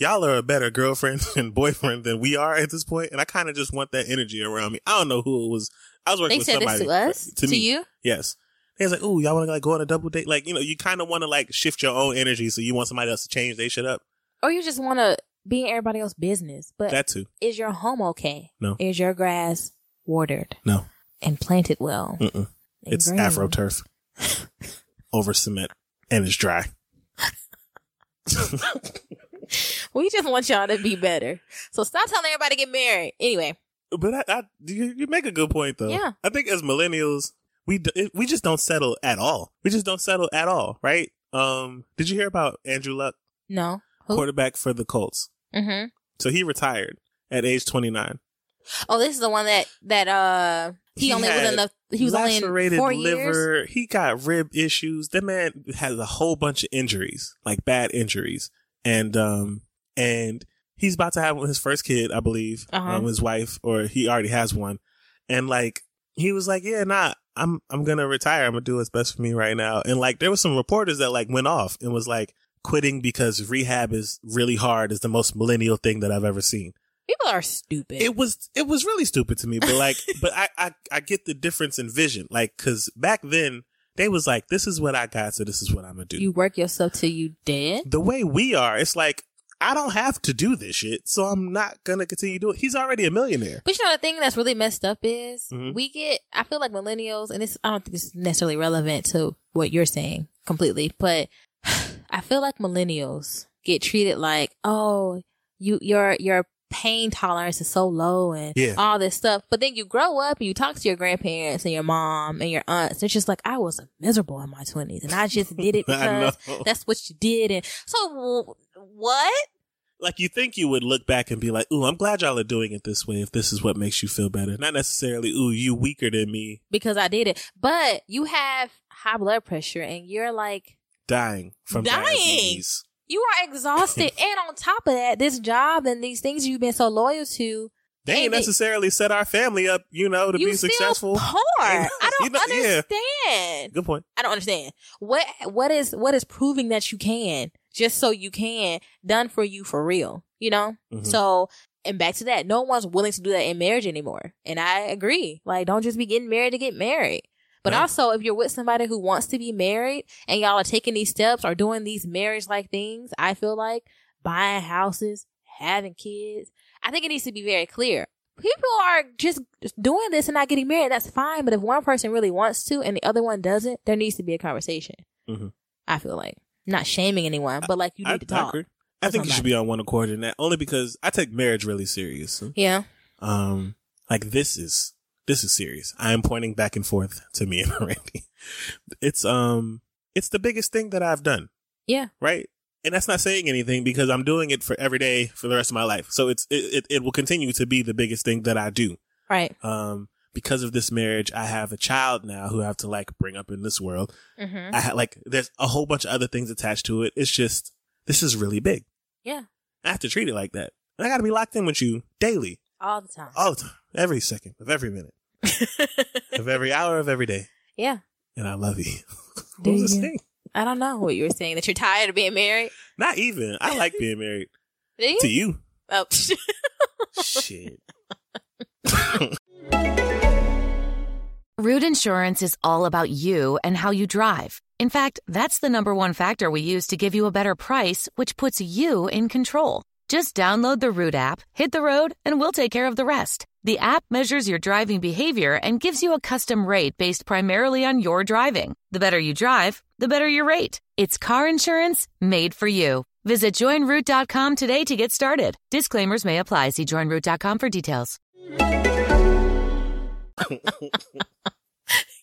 Speaker 1: y'all are a better girlfriend and boyfriend than we are at this point. And I kind of just want that energy around me. I don't know who it was. I was working
Speaker 2: they
Speaker 1: with
Speaker 2: said
Speaker 1: somebody. uh,
Speaker 2: this to us, to,
Speaker 1: me.
Speaker 2: you.
Speaker 1: Yes. They was like, ooh, y'all want to like go on a double date? Like, you know, you kind of want to like shift your own energy. So you want somebody else to change their shit up.
Speaker 2: Or you just want to be in everybody else's business. But
Speaker 1: That too.
Speaker 2: is your home okay?
Speaker 1: No.
Speaker 2: Is your grass watered
Speaker 1: No.
Speaker 2: and planted well?
Speaker 1: Mm-mm.
Speaker 2: and
Speaker 1: It's
Speaker 2: green?
Speaker 1: Afro turf over cement and it's dry.
Speaker 2: We just want y'all to be better. So stop telling everybody to get married. Anyway.
Speaker 1: But I, I you, you make a good point though.
Speaker 2: Yeah.
Speaker 1: I think as millennials, we d- it- we just don't settle at all. We just don't settle at all, right? Um, did you hear about Andrew Luck,
Speaker 2: No. Who?
Speaker 1: quarterback for the Colts?
Speaker 2: hmm
Speaker 1: So he retired at age 29.
Speaker 2: Oh, this is the one that that uh he,
Speaker 1: He
Speaker 2: only was
Speaker 1: had
Speaker 2: in the he was only in
Speaker 1: Lacerated
Speaker 2: four years.
Speaker 1: liver. He got rib issues. That man has a whole bunch of injuries, like bad injuries, and um and he's about to have his first kid, I believe.
Speaker 2: Uh-huh.
Speaker 1: Um, his wife, or he already has one, and like he was like, yeah, nah. I'm I'm gonna retire. I'm gonna do what's best for me right now. And like there was some reporters that like went off and was like quitting because rehab is really hard is the most millennial thing that I've ever seen
Speaker 2: People are stupid.
Speaker 1: it was it was really stupid to me but like but I, I i get the difference in vision like because back then they was like this is what i got so this is what i'm gonna do
Speaker 2: you work yourself till you dead.
Speaker 1: the way we are it's like i don't have to do this shit so i'm not gonna continue doing he's already a millionaire
Speaker 2: But you know the thing that's really messed up is
Speaker 1: Mhm.
Speaker 2: we get I feel like millennials and this I don't think this is necessarily relevant to what you're saying completely, but I feel like millennials get treated like, oh, you your your pain tolerance is so low and
Speaker 1: Yeah.
Speaker 2: all this stuff. But then you grow up and you talk to your grandparents and your mom and your aunts. It's just like I was miserable in my twenties and I just did it
Speaker 1: I
Speaker 2: because
Speaker 1: know.
Speaker 2: that's what you did. And so w- what?
Speaker 1: like you think you would look back and be like, "Ooh, I'm glad y'all are doing it this way. If this is what makes you feel better, not necessarily, ooh, you weaker than me,
Speaker 2: because I did it. But you have high blood pressure and you're like
Speaker 1: dying from
Speaker 2: Dying.
Speaker 1: diabetes."
Speaker 2: you are exhausted and on top of that, this job and these things you've been so loyal to,
Speaker 1: They ain't
Speaker 2: And it-
Speaker 1: necessarily set our family up, you know, to
Speaker 2: you
Speaker 1: be successful.
Speaker 2: still poor. I don't
Speaker 1: You know, yeah.
Speaker 2: understand.
Speaker 1: Good point.
Speaker 2: I don't understand what what is what is proving that you can just so you can done for you for real, you know.
Speaker 1: Mhm.
Speaker 2: So and back to that, no one's willing to do that in marriage anymore, and I agree. Like, don't just be getting married to get married. But
Speaker 1: Right.
Speaker 2: also, if you're with somebody who wants to be married and y'all are taking these steps or doing these marriage like things, I feel like buying houses, having kids, I think it needs to be very clear. People are just doing this and not getting married. That's fine. But if one person really wants to and the other one doesn't, there needs to be a conversation.
Speaker 1: Mhm.
Speaker 2: I feel like not shaming anyone, but like you need
Speaker 1: I,
Speaker 2: to
Speaker 1: I
Speaker 2: talk.
Speaker 1: agree. I
Speaker 2: to
Speaker 1: think you should
Speaker 2: somebody.
Speaker 1: be on one accord in that, only because I take marriage really serious.
Speaker 2: Yeah.
Speaker 1: Um, like this is this is serious. I am pointing back and forth to me and Randy. It's um, it's the biggest thing that I've done.
Speaker 2: Yeah.
Speaker 1: right? And that's not saying anything because I'm doing it for every day for the rest of my life. So it's it, it, it will continue to be the biggest thing that I do.
Speaker 2: Right.
Speaker 1: Um, because of this marriage, I have a child now who I have to like bring up in this world.
Speaker 2: Mm-hmm.
Speaker 1: I ha- like there's a whole bunch of other things attached to it. It's just this is really big.
Speaker 2: Yeah.
Speaker 1: I have to treat it like that. And I got to be locked in with you daily,
Speaker 2: All the time.
Speaker 1: all the time, every second of every minute, of every hour of every day.
Speaker 2: yeah.
Speaker 1: And I love you. What
Speaker 2: Do
Speaker 1: was this
Speaker 2: you?
Speaker 1: thing?
Speaker 2: I don't know what you were saying that you're tired of being married.
Speaker 1: Not even. I like being married
Speaker 2: Do you?
Speaker 1: to you.
Speaker 2: Oh.
Speaker 1: Shit.
Speaker 5: Root Insurance is all about you and how you drive. In fact, that's the number one factor we use to give you a better price, which puts you in control. Just download the Root app, hit the road, and we'll take care of the rest. The app measures your driving behavior and gives you a custom rate based primarily on your driving. The better you drive, the better your rate. It's car insurance made for you. Visit joinroot.com today to get started. Disclaimers may apply. See joinroot.com for details.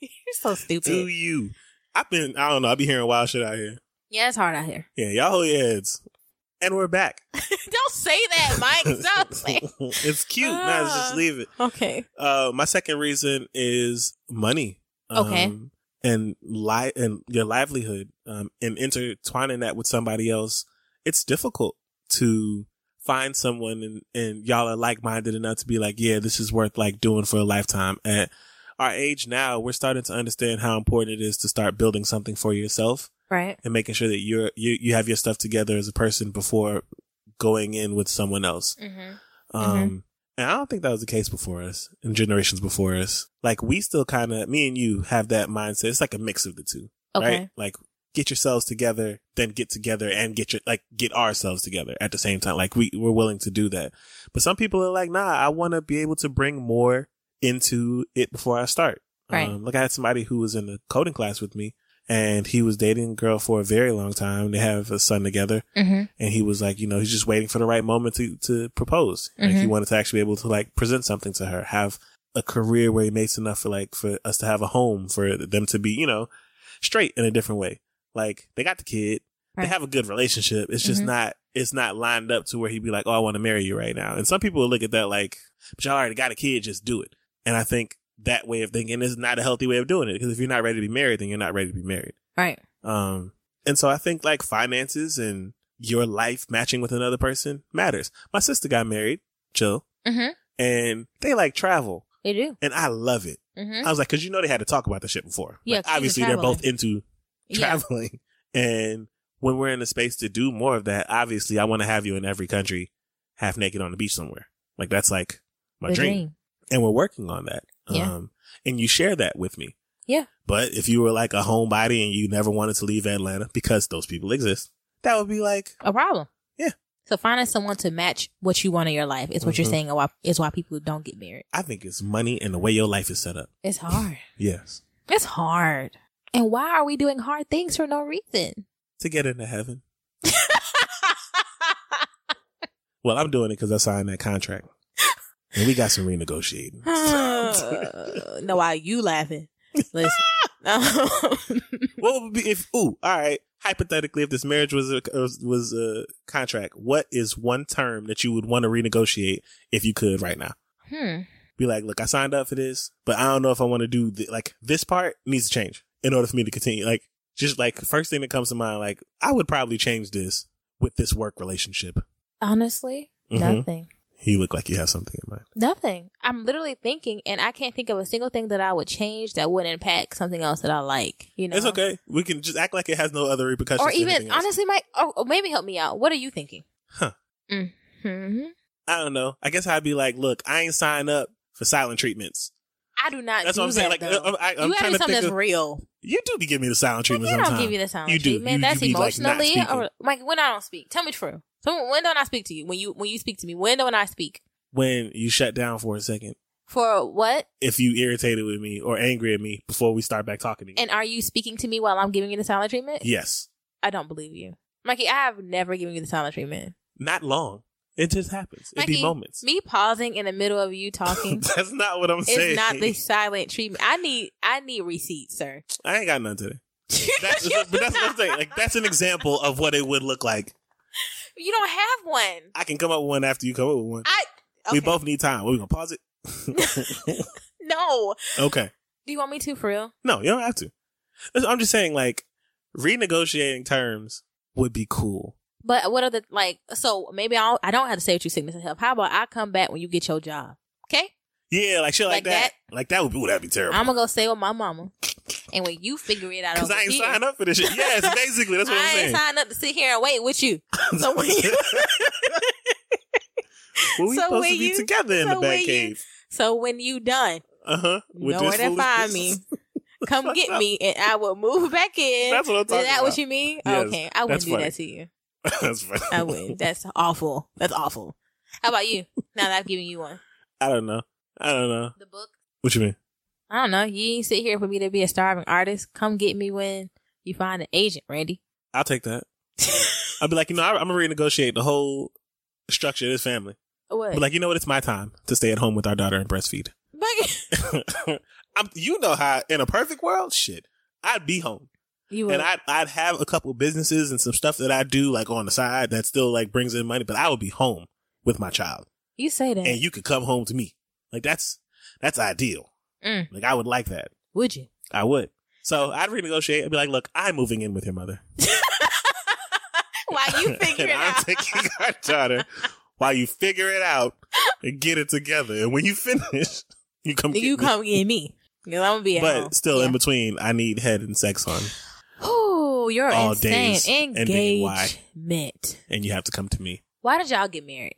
Speaker 2: you're so
Speaker 1: to
Speaker 2: stupid.
Speaker 1: you. I've been, I don't know, I'll be hearing wild shit out here.
Speaker 2: Yeah, it's hard out here.
Speaker 1: Yeah, y'all hold your heads. And we're back.
Speaker 2: don't say that, Mike. Stop saying.
Speaker 1: it's cute. Nah, let's just
Speaker 2: Ah.
Speaker 1: leave it.
Speaker 2: Okay.
Speaker 1: Uh, my second reason is money. Um,
Speaker 2: Okay.
Speaker 1: And li- and your livelihood, um, and intertwining that with somebody else, it's difficult to find someone and, and y'all are like minded enough to be like, yeah, this is worth like doing for a lifetime. At our age now, we're starting to understand how important it is to start building something for yourself
Speaker 2: Right.
Speaker 1: and making sure that you're you you have your stuff together as a person before going in with someone else.
Speaker 2: Mm-hmm.
Speaker 1: Um, and I don't think that was the case before us and generations before us. Like we still kind of me and you have that mindset. It's like a mix of the two,
Speaker 2: Okay.
Speaker 1: right? Like get yourselves together, then get together and get your like get ourselves together at the same time. Like we we're willing to do that, but some people are like, nah, I want to be able to bring more into it before I start.
Speaker 2: Right.
Speaker 1: Um, like I had somebody who was in a coding class with me, and he was dating a girl for a very long time. They have a son together,
Speaker 2: Mm-hmm.
Speaker 1: and he was like, you know, he's just waiting for the right moment to to propose. Like he
Speaker 2: Mhm.
Speaker 1: wanted to actually be able to like present something to her, have a career where he makes enough for like for us to have a home, for them to be, you know, straight in a different way. Like they got the kid,
Speaker 2: Right.
Speaker 1: they have a good relationship. It's just
Speaker 2: Mhm.
Speaker 1: not it's not lined up to where he'd be like, oh, I want to marry you right now. And some people will look at that like, but y'all already got a kid, just do it. And I think that way of thinking is not a healthy way of doing it because if you're not ready to be married, then you're not ready to be married.
Speaker 2: Right.
Speaker 1: Um, and so I think like finances and your life matching with another person matters. My sister got married, Jill,
Speaker 2: Mm-hmm.
Speaker 1: and they like travel
Speaker 2: They do.
Speaker 1: and I love it.
Speaker 2: Mm-hmm.
Speaker 1: I was like, cause you know, they had to talk about this shit before.
Speaker 2: Yeah,
Speaker 1: Like,
Speaker 2: 'cause you're
Speaker 1: obviously they're both
Speaker 2: traveling.
Speaker 1: into
Speaker 2: Yeah.
Speaker 1: traveling. And when we're in a space to do more of that, obviously I want to have you in every country half naked on the beach somewhere. Like that's like my
Speaker 2: The
Speaker 1: dream. And we're working on that.
Speaker 2: Yeah.
Speaker 1: Um, and you share that with me.
Speaker 2: Yeah.
Speaker 1: But if you were like a homebody and you never wanted to leave Atlanta because those people exist, that would be like,
Speaker 2: A problem.
Speaker 1: Yeah.
Speaker 2: So finding someone to match what you want in your life is what you're
Speaker 1: Mhm.
Speaker 2: saying. Why is why people don't get married.
Speaker 1: I think it's money and the way your life is set up.
Speaker 2: It's hard.
Speaker 1: Yes.
Speaker 2: it's hard. And why are we doing hard things for no reason?
Speaker 1: To get into heaven. Well, I'm doing it because I signed that contract. And we got some renegotiating.
Speaker 2: no, why are you laughing? Listen, Um,
Speaker 1: What would be if? Ooh, all right. Hypothetically, if this marriage was a uh, was a contract, what is one term that you would want to renegotiate if you could right now?
Speaker 2: hmm.
Speaker 1: Be like, look, I signed up for this, but I don't know if I want to do th- like this part needs to change in order for me to continue. Like, just like first thing that comes to mind, like I would probably change this with this work relationship.
Speaker 2: Honestly,
Speaker 1: Mhm.
Speaker 2: nothing.
Speaker 1: You look like you have something in mind.
Speaker 2: Nothing. I'm literally thinking, and I can't think of a single thing that I would change that would impact something else that I like. You know,
Speaker 1: It's okay. We can just act like it has no other repercussions.
Speaker 2: Or
Speaker 1: to
Speaker 2: even
Speaker 1: anything else.
Speaker 2: honestly, Mike, or or maybe help me out. What are you thinking?
Speaker 1: Huh.
Speaker 2: Hmm.
Speaker 1: I don't know. I guess I'd be like, look, I ain't signed up for silent treatments.
Speaker 2: I do not.
Speaker 1: That's
Speaker 2: do
Speaker 1: what I'm saying.
Speaker 2: that,
Speaker 1: Like, uh,
Speaker 2: though.
Speaker 1: I- I- I'm
Speaker 2: you gotta
Speaker 1: trying
Speaker 2: do
Speaker 1: to
Speaker 2: something
Speaker 1: think
Speaker 2: that's
Speaker 1: of-
Speaker 2: real.
Speaker 1: You do be giving me the silent
Speaker 2: Like,
Speaker 1: treatment
Speaker 2: you don't
Speaker 1: sometimes.
Speaker 2: give me the sound
Speaker 1: You do.
Speaker 2: treatment.
Speaker 1: You-
Speaker 2: that's
Speaker 1: you be, like, not
Speaker 2: emotionally
Speaker 1: speaking.
Speaker 2: or like when I don't speak. Tell me true. So when don't I speak to you? When you when you speak to me? When don't I speak?
Speaker 1: when you shut down for a second,
Speaker 2: For what?
Speaker 1: if you irritated with me or angry at me before we start back talking again.
Speaker 2: And are you speaking to me while I'm giving you the silent treatment?
Speaker 1: yes.
Speaker 2: I don't believe you. Mikey, I have never given you the silent treatment.
Speaker 1: Not long. It just happens. It'd
Speaker 2: Mikey,
Speaker 1: be moments.
Speaker 2: Me pausing in the middle of you talking
Speaker 1: That's not what I'm saying.
Speaker 2: is not the silent treatment. I need I need receipts, sir.
Speaker 1: I ain't got nothing today. That's, but that's what I'm saying. Like that's an example of what it would look like.
Speaker 2: You don't have one.
Speaker 1: I can come up with one after you come up with one.
Speaker 2: I
Speaker 1: We
Speaker 2: okay.
Speaker 1: both need time. What, we gonna pause it?
Speaker 2: no.
Speaker 1: okay.
Speaker 2: Do you want me to for real?
Speaker 1: No, you don't have to. That's- I'm just saying, like, renegotiating terms would be cool.
Speaker 2: But what are the like? So maybe I'll I don't have to stay with you sickness and health. How about I come back when you get your job? Okay,
Speaker 1: Yeah, like shit like,
Speaker 2: Like
Speaker 1: that. Like that would be, ooh, that'd be terrible.
Speaker 2: I'm gonna go stay with my mama, and when you figure it out,
Speaker 1: Because
Speaker 2: over
Speaker 1: I ain't
Speaker 2: here,
Speaker 1: signed up for this shit. Yes, basically, that's what
Speaker 2: I
Speaker 1: I'm saying.
Speaker 2: ain't signed up to sit here and wait with you. So when you,
Speaker 1: Well, we
Speaker 2: So
Speaker 1: supposed
Speaker 2: when
Speaker 1: to be
Speaker 2: you-
Speaker 1: together in
Speaker 2: so
Speaker 1: the
Speaker 2: when
Speaker 1: back
Speaker 2: you-
Speaker 1: cave.
Speaker 2: so when you done,
Speaker 1: Uh huh.
Speaker 2: know where to find me. Come get me, and I will move back in.
Speaker 1: That's what I'm talking
Speaker 2: Is that
Speaker 1: about.
Speaker 2: what you mean?
Speaker 1: Yes,
Speaker 2: okay, I wouldn't
Speaker 1: that's
Speaker 2: do
Speaker 1: funny.
Speaker 2: that to you.
Speaker 1: that's funny.
Speaker 2: I wouldn't. That's awful. That's awful. How about you? Now that I've given you one,
Speaker 1: I don't know. I don't know.
Speaker 2: the book.
Speaker 1: What you mean?
Speaker 2: I don't know. You ain't sit here for me to be a starving artist. Come get me when you find an agent, Randy.
Speaker 1: I'll take that. I'll be like, you know, I, I'm gonna renegotiate the whole structure of this family.
Speaker 2: What?
Speaker 1: But like, you know what? It's my time to stay at home with our daughter and breastfeed.
Speaker 2: But-
Speaker 1: I'm, you know how in a perfect world, shit, I'd be home
Speaker 2: you would.
Speaker 1: and I'd I'd have a couple businesses and some stuff that I do like on the side that still like brings in money, but I would be home with my child,
Speaker 2: you say that.
Speaker 1: and you could come home to me. Like that's that's ideal.
Speaker 2: Mm.
Speaker 1: Like I would like that.
Speaker 2: would you?
Speaker 1: I would. So I'd renegotiate and be like, look, I'm moving in with your mother.
Speaker 2: Why you figure
Speaker 1: and
Speaker 2: it
Speaker 1: I'm
Speaker 2: out?
Speaker 1: taking our daughter while you figure it out and get it together. And when you finish, you come.
Speaker 2: Then
Speaker 1: get
Speaker 2: you
Speaker 1: me.
Speaker 2: come get me. Because I'm going to be at
Speaker 1: but
Speaker 2: home.
Speaker 1: still in
Speaker 2: Yeah.
Speaker 1: between i need head and sex on
Speaker 2: Ooh, you're
Speaker 1: all
Speaker 2: insane.
Speaker 1: days ending in Y.
Speaker 2: Engagement.
Speaker 1: and you have to come to me
Speaker 2: Why did y'all get married?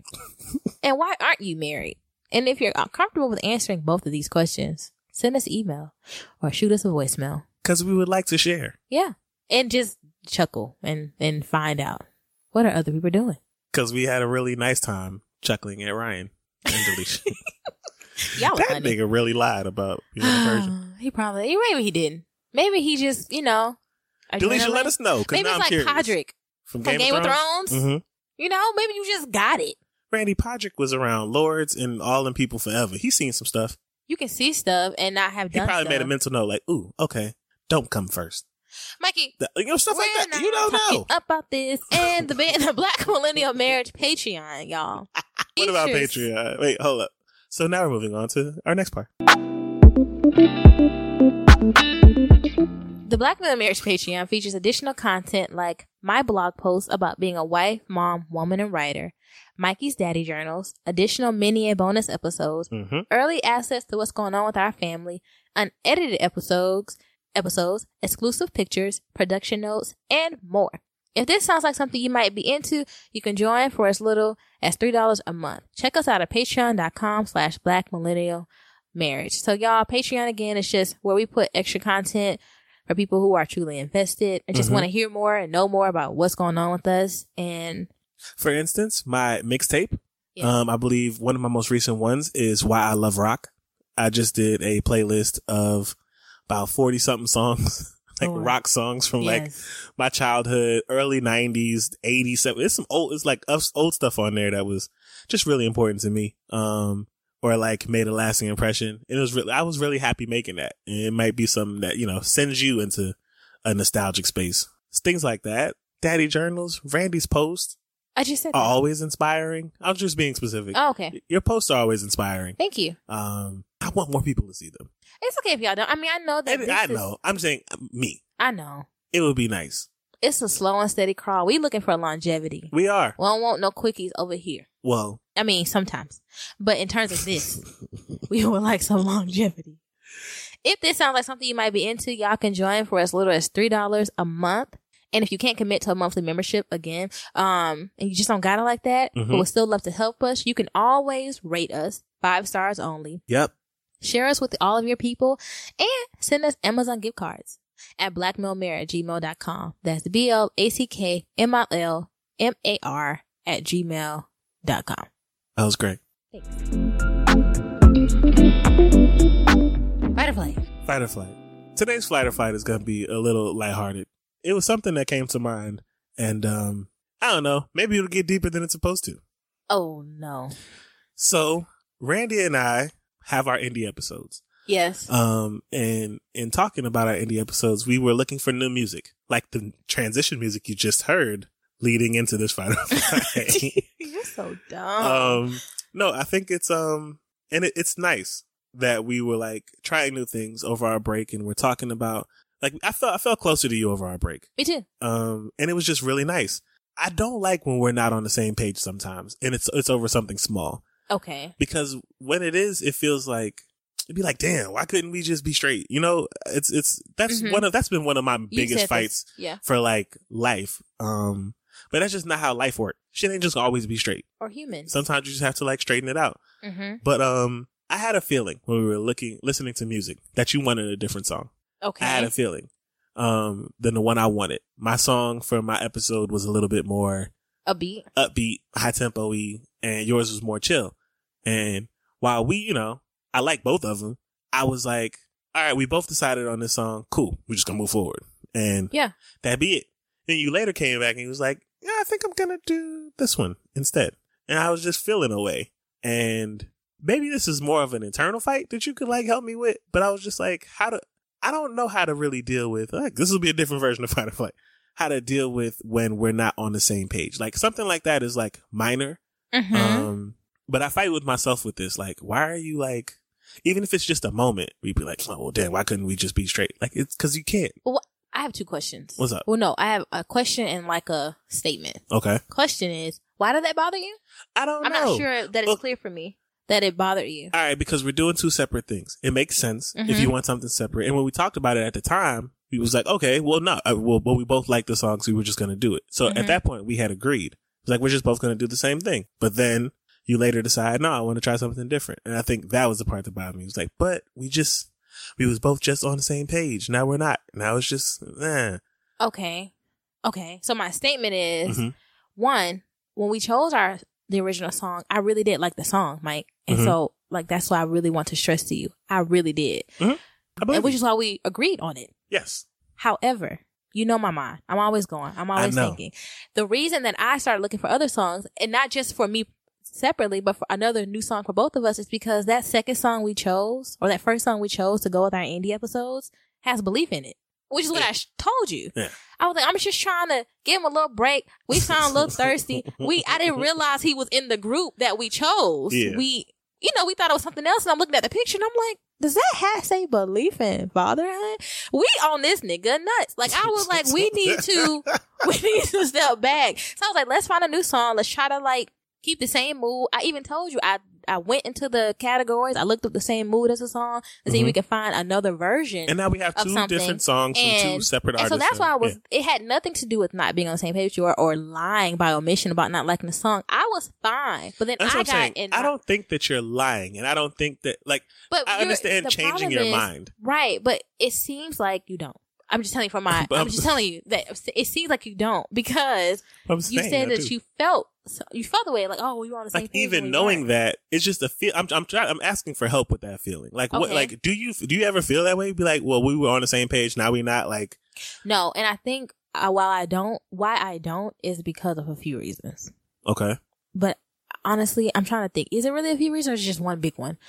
Speaker 2: and why aren't you married? And if you're comfortable with answering both of these questions, send us an email or shoot us a voicemail.
Speaker 1: because we would like to share
Speaker 2: Yeah. And just chuckle and, and find out what are other people doing.
Speaker 1: because we had a really nice time chuckling at ryan and Delisha.
Speaker 2: Y'all was
Speaker 1: that
Speaker 2: funny.
Speaker 1: nigga really lied about being a virgin
Speaker 2: he probably maybe he didn't. Maybe he just you know. are you
Speaker 1: Delisha,
Speaker 2: gonna
Speaker 1: let us know because
Speaker 2: Maybe
Speaker 1: now
Speaker 2: it's
Speaker 1: i'm
Speaker 2: like
Speaker 1: curious
Speaker 2: Podrick.
Speaker 1: from,
Speaker 2: Game of Thrones?
Speaker 1: Mhm.
Speaker 2: You know, maybe you just got it.
Speaker 1: randy podrick was around lords and all them people forever he's seen some stuff
Speaker 2: You can see stuff and not have
Speaker 1: he
Speaker 2: done.
Speaker 1: probably made a
Speaker 2: stuff.
Speaker 1: mental note like ooh okay don't come first
Speaker 2: Mikey.
Speaker 1: That- you know stuff
Speaker 2: we're
Speaker 1: like that
Speaker 2: not
Speaker 1: you don't
Speaker 2: talking
Speaker 1: know
Speaker 2: about this and the ban- the Black Millennial Marriage Patreon, y'all.
Speaker 1: what about
Speaker 2: Features.
Speaker 1: patreon wait hold up so now we're moving on to our next part
Speaker 2: The Black Male Marriage Patreon features additional content like my blog posts about being a wife, mom, woman, and writer, Mikey's daddy journals, additional mini and bonus episodes,
Speaker 1: mm-hmm.
Speaker 2: early access to what's going on with our family, unedited episodes, episodes, exclusive pictures, production notes, and more. If this sounds like something you might be into, you can join for as little as three dollars a month. Check us out at patreon.com slash black millennial marriage. So y'all, Patreon again is just where we put extra content for people who are truly invested and just
Speaker 1: Mhm.
Speaker 2: want to hear more and know more about what's going on with us and
Speaker 1: For instance, my mixtape.
Speaker 2: Yeah.
Speaker 1: Um, I believe one of my most recent ones is Why I Love Rock. I just did a playlist of about 40 something songs, like
Speaker 2: Oh, wow.
Speaker 1: rock songs from like
Speaker 2: Yes.
Speaker 1: my childhood, early 90s, 80s. so It's some old, it's like us- old stuff on there that was just really important to me. Um, or like made a lasting impression. It was really, I was really happy making that. And it might be something that, you know, sends you into a nostalgic space. Things like that. Daddy journals, Randy's posts
Speaker 2: I just said.
Speaker 1: are always inspiring. I'm just being specific.
Speaker 2: that. Oh, okay.
Speaker 1: Y- Your posts are always inspiring.
Speaker 2: Thank you.
Speaker 1: Um, I want more people to see them.
Speaker 2: It's okay if y'all don't. I mean, I know that.
Speaker 1: And
Speaker 2: this
Speaker 1: I
Speaker 2: is-
Speaker 1: know. I'm saying uh, me.
Speaker 2: I know.
Speaker 1: It would be nice.
Speaker 2: It's a slow and steady crawl. We looking for longevity.
Speaker 1: We are.
Speaker 2: We don't want no quickies over here.
Speaker 1: Well,
Speaker 2: I mean, sometimes. But in terms of this, we would like some longevity. If this sounds like something you might be into, y'all can join for as little as $3 a month. And if you can't commit to a monthly membership again, um, and you just don't got it like that, but
Speaker 1: Mhm.
Speaker 2: would still love to help us, you can always rate us five stars only.
Speaker 1: yep.
Speaker 2: Share us with all of your people and send us Amazon gift cards at blackmailmare at gmail.com. That's B L A C K M I L M A R at gmail.com.
Speaker 1: That was great.
Speaker 2: Thanks. Butterfly.
Speaker 1: Fight or flight. Today's flight or flight is going to be a little lighthearted. It was something that came to mind, and um, I don't know. Maybe it'll get deeper than it's supposed to.
Speaker 2: Oh no.
Speaker 1: So Randy and I have our indie episodes.
Speaker 2: Yes.
Speaker 1: Um, and in talking about our indie episodes, we were looking for new music, like the transition music you just heard leading into this final fight.
Speaker 2: You're
Speaker 1: Uh,
Speaker 2: so dumb.
Speaker 1: um, no, I think it's um, and it, it's nice that we were like trying new things over our break, and we're talking about like I felt I felt closer to you over our break.
Speaker 2: Me too.
Speaker 1: Um, and it was just really nice. I don't like when we're not on the same page sometimes, and it's it's over something small
Speaker 2: Okay.
Speaker 1: because when it is, it feels like it'd be like, damn, why couldn't we just be straight? You know, it's it's that's
Speaker 2: Mhm.
Speaker 1: one of that's been one of my
Speaker 2: You said
Speaker 1: biggest
Speaker 2: this.
Speaker 1: fights
Speaker 2: Yeah.
Speaker 1: for like life. Um, but that's just not how life works. Shit ain't just always be straight.
Speaker 2: Or humans.
Speaker 1: Sometimes you just have to like straighten it out.
Speaker 2: mm-hmm.
Speaker 1: But um, I had a feeling when we were looking listening to music that you wanted a different song.
Speaker 2: Okay.
Speaker 1: I had a feeling um than the one I wanted. My song for my episode was a little bit more
Speaker 2: a beat.
Speaker 1: upbeat, high tempo y, and yours was more chill. And while we, you know, I like both of them, I was like, all right, we both decided on this song. Cool. We're just going to move forward. And
Speaker 2: Yeah.
Speaker 1: that be it. Then you later came back and you was like, yeah, I think I'm going to do this one instead. And I was just feeling away. And maybe this is more of an internal fight that you could like help me with, but I was just like, how to, I don't know how to really deal with, like, this will be a different version of fight or flight how to deal with when we're not on the same page. Like something like that is like minor.
Speaker 2: Mm-hmm.
Speaker 1: Um, but I fight with myself with this. Like, why are you like, even if it's just a moment, we'd be like, oh, well, damn, why couldn't we just be straight? Like, it's cause you can't.
Speaker 2: I have two questions.
Speaker 1: What's up?
Speaker 2: Well, no, I have a question and like a statement.
Speaker 1: Okay.
Speaker 2: Question is, why did that bother you?
Speaker 1: I don't
Speaker 2: I'm
Speaker 1: know.
Speaker 2: not sure that it's
Speaker 1: Oh, Well-
Speaker 2: clear for me that it bothered you.
Speaker 1: All right. Because we're doing two separate things. It makes sense if
Speaker 2: Mhm.
Speaker 1: you want something separate. And when we talked about it at the time, we was like, okay, well, no, uh, well, but we both like the songs. we were just going to do it. So
Speaker 2: Mhm.
Speaker 1: at that point, we had agreed. It's like, we're just both going to do the same thing. But then you later decide, no, I want to try something different. And I think that was the part that bothered me. It was like, but we just, we was both just on the same page. Now we're not. Now it's just, eh.
Speaker 2: okay. Okay. So my statement is
Speaker 1: Mhm.
Speaker 2: one, when we chose our the original song, I really did like the song, Mike. And
Speaker 1: Mhm.
Speaker 2: so like that's why I really want to stress to you. I really did.
Speaker 1: I believe
Speaker 2: And which
Speaker 1: you.
Speaker 2: is why we agreed on it.
Speaker 1: yes.
Speaker 2: However, you know my mind. I'm always going. I'm always
Speaker 1: know.
Speaker 2: thinking. The reason that I started looking for other songs, and not just for me separately, but for another new song for both of us, is because that second song we chose, or that first song we chose to go with our indie episodes, has belief in it. Which is what I sh- told you.
Speaker 1: Yeah.
Speaker 2: I was like, I'm just trying to give him a little break. We sound a little thirsty. We I didn't realize he was in the group that we chose.
Speaker 1: Yeah.
Speaker 2: We you know, we thought it was something else, and I'm looking at the picture and I'm like, does that hat say belief in fatherhood? We on this nigga nuts. Like I was like, we need to we need to step back. So I was like, let's find a new song. Let's try to like keep the same mood. I even told you I I went into the categories. I looked up the same mood as a song to see if we could find another version.
Speaker 1: Mm-hmm. And now we have
Speaker 2: Of
Speaker 1: two
Speaker 2: something.
Speaker 1: different songs from two separate
Speaker 2: and
Speaker 1: artists.
Speaker 2: so that's why I
Speaker 1: and-
Speaker 2: was. It had nothing to do with not being on the same page with you or, or lying by omission about not liking the song. I was fine, but then
Speaker 1: That's
Speaker 2: I
Speaker 1: what
Speaker 2: got
Speaker 1: I'm saying.
Speaker 2: in.
Speaker 1: I
Speaker 2: my-
Speaker 1: don't think that you're lying, and I don't think that like
Speaker 2: But
Speaker 1: I
Speaker 2: you're-
Speaker 1: understand
Speaker 2: the
Speaker 1: changing
Speaker 2: problem
Speaker 1: your
Speaker 2: is-
Speaker 1: mind.
Speaker 2: right? But it seems like you don't. I'm just telling you from my.
Speaker 1: But
Speaker 2: I'm
Speaker 1: I'm-
Speaker 2: just telling you that it seems like you don't because
Speaker 1: I'm
Speaker 2: you
Speaker 1: saying
Speaker 2: said
Speaker 1: I
Speaker 2: that
Speaker 1: do.
Speaker 2: you felt so- you felt the way like oh we were on the same
Speaker 1: like
Speaker 2: page when
Speaker 1: even
Speaker 2: we
Speaker 1: knowing
Speaker 2: weren't.
Speaker 1: that it's just a feel. I'm I'm trying. I'm asking for help with that feeling. Like what?
Speaker 2: Okay.
Speaker 1: Like do you do you ever feel that way? Be like, well, we were on the same page. Now we not like.
Speaker 2: no, and I think uh, while I don't, why I don't is because of a few reasons.
Speaker 1: Okay.
Speaker 2: But honestly, I'm trying to think. Is it really a few reasons or is it just one big one?